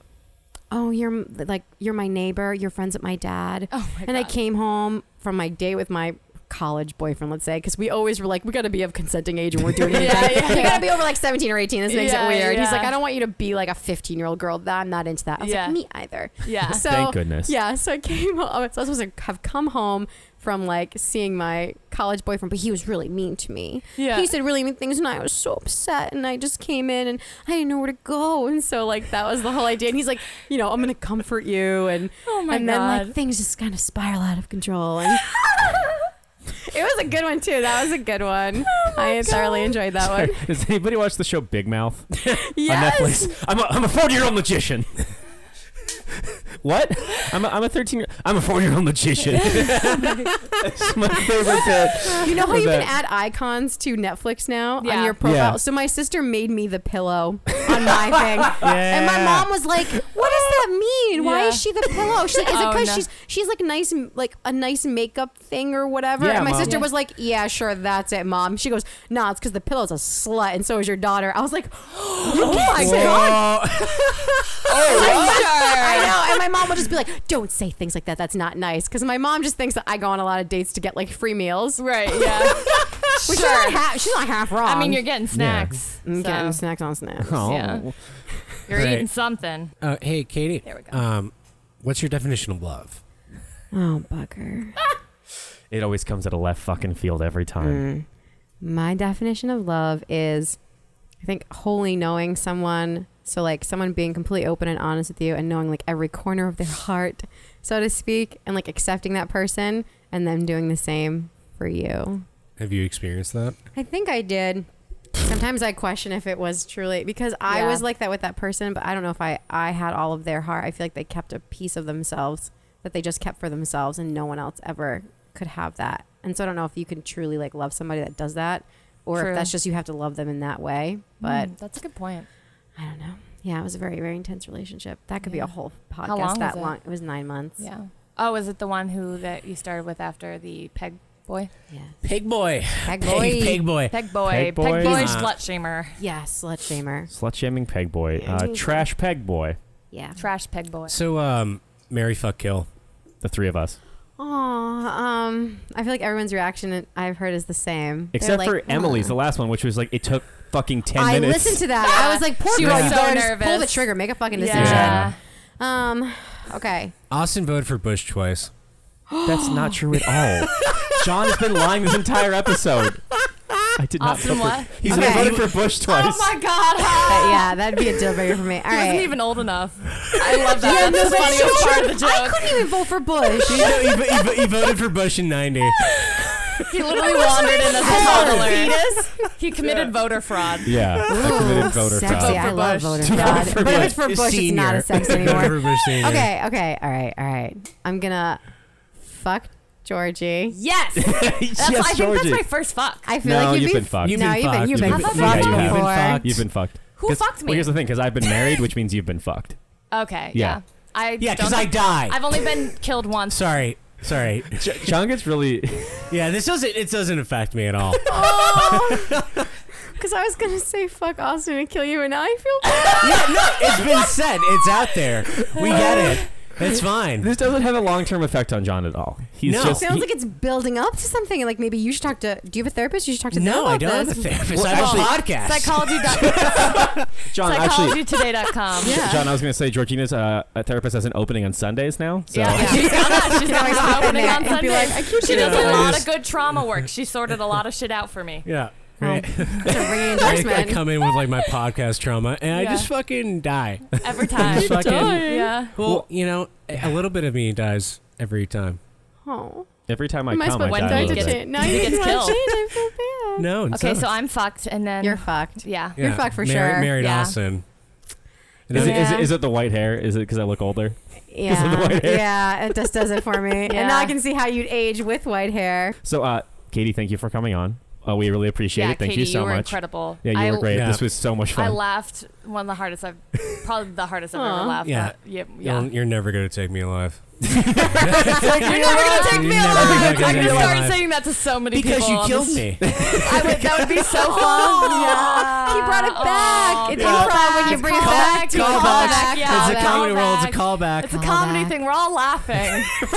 C: Oh, you're m- like you're my neighbor. You're friends with my dad.
A: Oh my
C: and I
A: God.
C: came home from my day with my college boyfriend, let's say, because we always were like, we got to be of consenting age when we're doing anything.
A: Yeah, yeah,
C: You
A: yeah.
C: got to be over like 17 or 18. This makes
A: Yeah,
C: it weird. He's like,
A: yeah.
C: I don't want you to be like a 15 year old girl. That I'm not into that. I was
A: Yeah.
C: like, me either.
A: Yeah.
C: So
D: Thank goodness.
C: Yeah. So I came home. So I was supposed to have come home from like seeing my college boyfriend, but he was really mean to me.
A: Yeah.
C: He said really mean things, and I was so upset. And I just came in and I didn't know where to go. And so like that was the whole idea. And he's like, you know, I'm gonna comfort you. And
A: Oh my
C: and then
A: God.
C: like things just kind of spiral out of control. And it was a good one too. That was a good one.
A: Oh
C: I thoroughly enjoyed that one.
D: Does anybody watch the show Big Mouth
C: Yes.
D: on Netflix? I'm a, I'm a 40 year old magician. what? I'm a, I'm a 13 year I'm a 40 year old magician. That's my favorite bit.
C: You know how
D: Or
C: you can add
D: that-
C: icons to Netflix now
A: Yeah.
C: on your profile?
D: Yeah.
C: So my sister made me the pillow on my thing. And my
B: Yeah.
C: mom was like, What does that mean? Why
A: Yeah.
C: is she the pillow? She's like, Is it
A: Oh,
C: because
A: no.
C: she's she's like nice like a nice makeup thing or whatever?
D: Yeah,
C: and my
D: Mom.
C: sister was like, Yeah, sure, that's it, mom. She goes, Nah, it's because the pillow's a slut and so is your daughter. I was like, Oh my god. I know. And my mom will just be like, Don't say things like that. That's not nice. Because my mom just thinks that I go on a lot of dates to get like free meals.
A: Right, yeah.
C: Which she's not half she's not half wrong.
A: I mean, you're getting snacks.
C: I'm
A: so
C: getting snacks on snacks.
D: Oh.
A: Yeah. You're
B: Right.
A: eating something.
B: Uh, hey, Katie.
A: There we go.
B: Um, what's your definition of love?
C: Oh, bugger.
D: It always comes out of left fucking field every time.
C: My definition of love is, I think, wholly knowing someone. So, like, someone being completely open and honest with you and knowing, like, every corner of their heart, so to speak, and, like, accepting that person and them doing the same for you.
B: Have you experienced that?
C: I think I did. Sometimes I question if it was truly because I
A: Yeah.
C: was like that with that person, but I don't know if I I had all of their heart. I feel like they kept a piece of themselves that they just kept for themselves, and no one else ever could have that. And so I don't know if you can truly like love somebody that does that, or
A: True.
C: if that's just you have to love them in that way. But
A: Mm, that's a good point.
C: I don't know. Yeah, it was a very very intense relationship. That could be
A: Yeah.
C: a whole podcast.
A: long
C: that
A: was it?
C: long. It was nine months.
A: Yeah. Oh, is it the one who that you started with after the peg boy?
C: Yeah.
B: Pig boy.
C: Peg
B: Pig, pig boy.
A: Peg boy.
D: Peg
A: Peg
D: boy.
A: boy,
B: Uh,
A: slut shamer.
C: Yeah, slut shamer.
D: Slut shaming peg boy. Uh, trash peg boy.
C: Yeah.
A: Trash peg boy.
B: So, um, Mary fuck kill.
D: The three of us.
C: Aw, um, I feel like everyone's reaction I've heard is the same. They're
D: Except
C: like, "Hmm."
D: for Emily's, the last one, which was like, it took fucking 10
C: I
D: minutes.
C: listened to that. I was like, poor
A: She
C: girl,
A: was
C: you
A: so
C: gotta just
A: nervous.
C: pull the trigger, make a fucking decision.
A: Yeah.
C: Um, okay.
B: Austin voted for Bush twice.
D: That's not true at all. Sean has been lying this entire episode. I did not.
A: Austin,
D: vote
A: what?
D: For, he's
C: Okay.
D: voted for Bush twice.
A: Oh my god,
C: But
A: hi.
C: yeah, that'd be a deal breaker for me. All
A: He
C: right.
A: wasn't even old enough. I love that.
C: Yeah, no,
A: That's the
C: but
A: funniest
C: sure,
A: part of the
C: I
A: joke.
C: couldn't even vote for Bush.
B: he, no, he, vo- he, vo- he voted for Bush in '90.
A: He literally wandered in as a
C: Hell.
A: toddler. He committed voter fraud.
D: Yeah, I committed voter
C: sexy.
D: fraud.
C: I
A: For
C: love
A: Bush.
C: voter
D: To vote
C: fraud.
D: for
C: But if it's for
B: Bush
C: Bush, it's not
B: senior.
C: as sexy
B: Voted
C: anymore.
B: for Bush senior.
C: Okay, okay, all right, all right. I'm gonna fuck Georgie.
A: Yes. That's,
D: Yes,
A: I think
D: Georgie.
A: that's my first fuck.
C: I feel
D: No,
C: like you've,
D: you've
C: been,
D: been fucked.
B: You've
C: no,
B: been
C: you've been you've been,
B: fucked.
A: You've been
C: fucked
A: fucked. Yeah,
C: before.
A: you have.
B: You've been fucked.
D: You've been fucked.
A: Who
D: 'Cause-
A: fucked me?
D: Well, here's the thing, because I've been married, which means you've been fucked.
A: Okay.
D: Yeah.
A: Yeah. I
B: Yeah,
A: don't
B: because I
A: think-
B: die.
A: I've only been killed once.
B: Sorry, sorry.
D: Sean gets really.
B: Yeah, this doesn't. It doesn't affect me at all.
C: Because I was gonna say fuck Austin and kill you, and now I feel bad.
B: yeah, no, it's been said. It's out there. We get it. It's fine.
D: This doesn't have a long term effect on John at all. He's
B: No.
D: just.
C: Sounds
D: he-
C: like it's building up to something. and Like maybe you should talk to. Do you have a therapist? You should talk to. them
B: no, I
C: about
B: don't have a
C: this.
B: therapist.
D: Well,
B: I have
D: actually-
B: a podcast.
A: Psychology.
D: John, actually.
A: Psychologytoday.com.
C: Yeah.
D: John, I was going to say Georgina's uh, a therapist has an opening on Sundays now. So
A: Yeah, yeah. She's done that. She's done
C: always
A: that.
C: hop in
A: opening
C: there
A: on
C: and be like,
A: Sundays.
C: "I can't
A: she
C: do
A: does a
B: this."
A: lot of good trauma work. She sorted a lot of shit out for me.
B: Yeah.
A: Oh.
B: Right.
C: It's a ringing
B: I, I
C: endorsement.
B: come in with like my podcast trauma, and I
A: Yeah.
B: just fucking die.
A: Every time.
B: Just fucking-
A: yeah.
B: Well, you know, a little bit of me dies every time.
C: Oh,
D: every time I
C: am I
D: come,
C: supposed
D: I
A: one
D: die
A: day
D: a
A: to
D: little
A: get
D: bit.
A: it.
C: Now
A: He
C: you
A: gets
C: gets
A: killed.
C: killed. I feel bad.
B: No. It's
A: Okay,
B: not.
A: so I'm fucked, and then
C: You're fucked.
A: yeah.
C: you're fucked for
B: Married-
C: sure.
B: Married
A: Yeah.
B: Austin.
D: Is, it, is,
C: Yeah.
D: it, is it the white hair? Is it because I look older? the
C: Yeah,
D: white hair.
C: yeah, it just does it for me. And now
A: Yeah.
C: I can see how you'd age with white hair.
D: So, uh, Katie, thank you for coming on. Uh, we really appreciate
A: Yeah,
D: it. Thank
A: Katie,
D: you so
A: were
D: much.
A: incredible.
D: Yeah, you
A: I,
D: were great.
B: Yeah.
D: This was so much
A: I
D: fun.
A: laughed one of the hardest I've probably the hardest I've
C: Aw.
A: ever laughed.
B: Yeah.
A: but Yeah, yeah.
B: You'll- You're, never gonna take me alive.
A: You're never gonna
B: You're
A: take me
B: never
A: alive.
B: gonna
A: I'm
B: take
A: gonna
B: me
A: start
B: alive.
A: saying that to so many
B: Because
A: people.
B: you
A: on
B: killed
A: this-
B: me.
A: I would, that would be so fun. yeah.
C: He brought it back. It's improv when you bring it
A: Call
C: back.
A: back,
C: It's a
A: call
C: callback.
A: back, yeah,
B: it's a
A: call
B: comedy role. It's a
A: back.
B: callback.
A: It's a
C: Call
A: comedy
C: back.
A: thing. We're all laughing.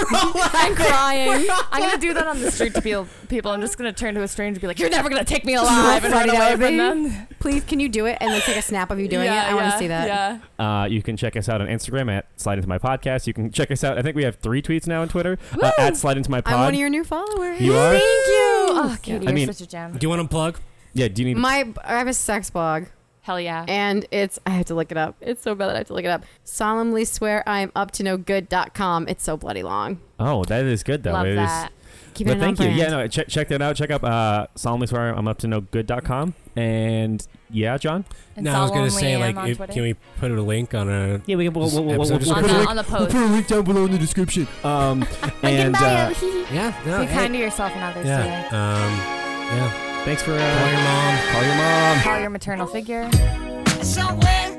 A: I'm crying. I'm gonna do that on the street to people. People, I'm just gonna turn to a stranger and be like, "You're never gonna take me alive," and run
C: funny
A: away
C: that would
A: from
C: be.
A: them.
C: Please, can you do it and then take a snap of you doing
A: yeah,
C: it? I want
A: yeah,
C: to see that.
A: Yeah.
D: Uh, you can check us out on Instagram at Slide Into My Podcast. You can check us out. I think we have three tweets now on Twitter uh, at Slide Into My
C: I'm
D: Pod.
C: one of your new followers.
D: You are?
A: Thank you. Oh, Katie,
D: I
A: you're
D: mean-
A: such a gem.
B: Do you want to plug?
D: yeah, do you need?
C: My, I have a sex blog,
A: Hell yeah.
C: and it's I have to look it up. It's so bad that I have to look it up. Solemnly swear I am up to no good.com. It's so bloody long.
D: oh, that is good though.
A: Love
D: It is-
A: that.
C: Keep it
D: But
C: on
D: thank you.
C: brand.
D: Yeah, no, check, check that out. Check out uh, solemnly swear I'm up to no good.com. And yeah, John.
A: And
B: no, I was gonna
A: solemnly
B: say
A: am
B: like,
A: on
B: if-
A: Twitter.
B: can we put a link on a?
D: Yeah, we can.
B: we'll- we'll- we'll- we'll- we'll
A: on,
B: put
A: the, on the post.
D: a link down below in the description. Um, and uh,
B: Yeah. No,
A: Be
B: hey.
A: kind to yourself and others
B: Yeah.
A: today.
B: Um. Yeah.
D: thanks for
B: Call
D: uh,
B: your mom.
D: call your mom.
A: Call your maternal figure.
F: Somewhere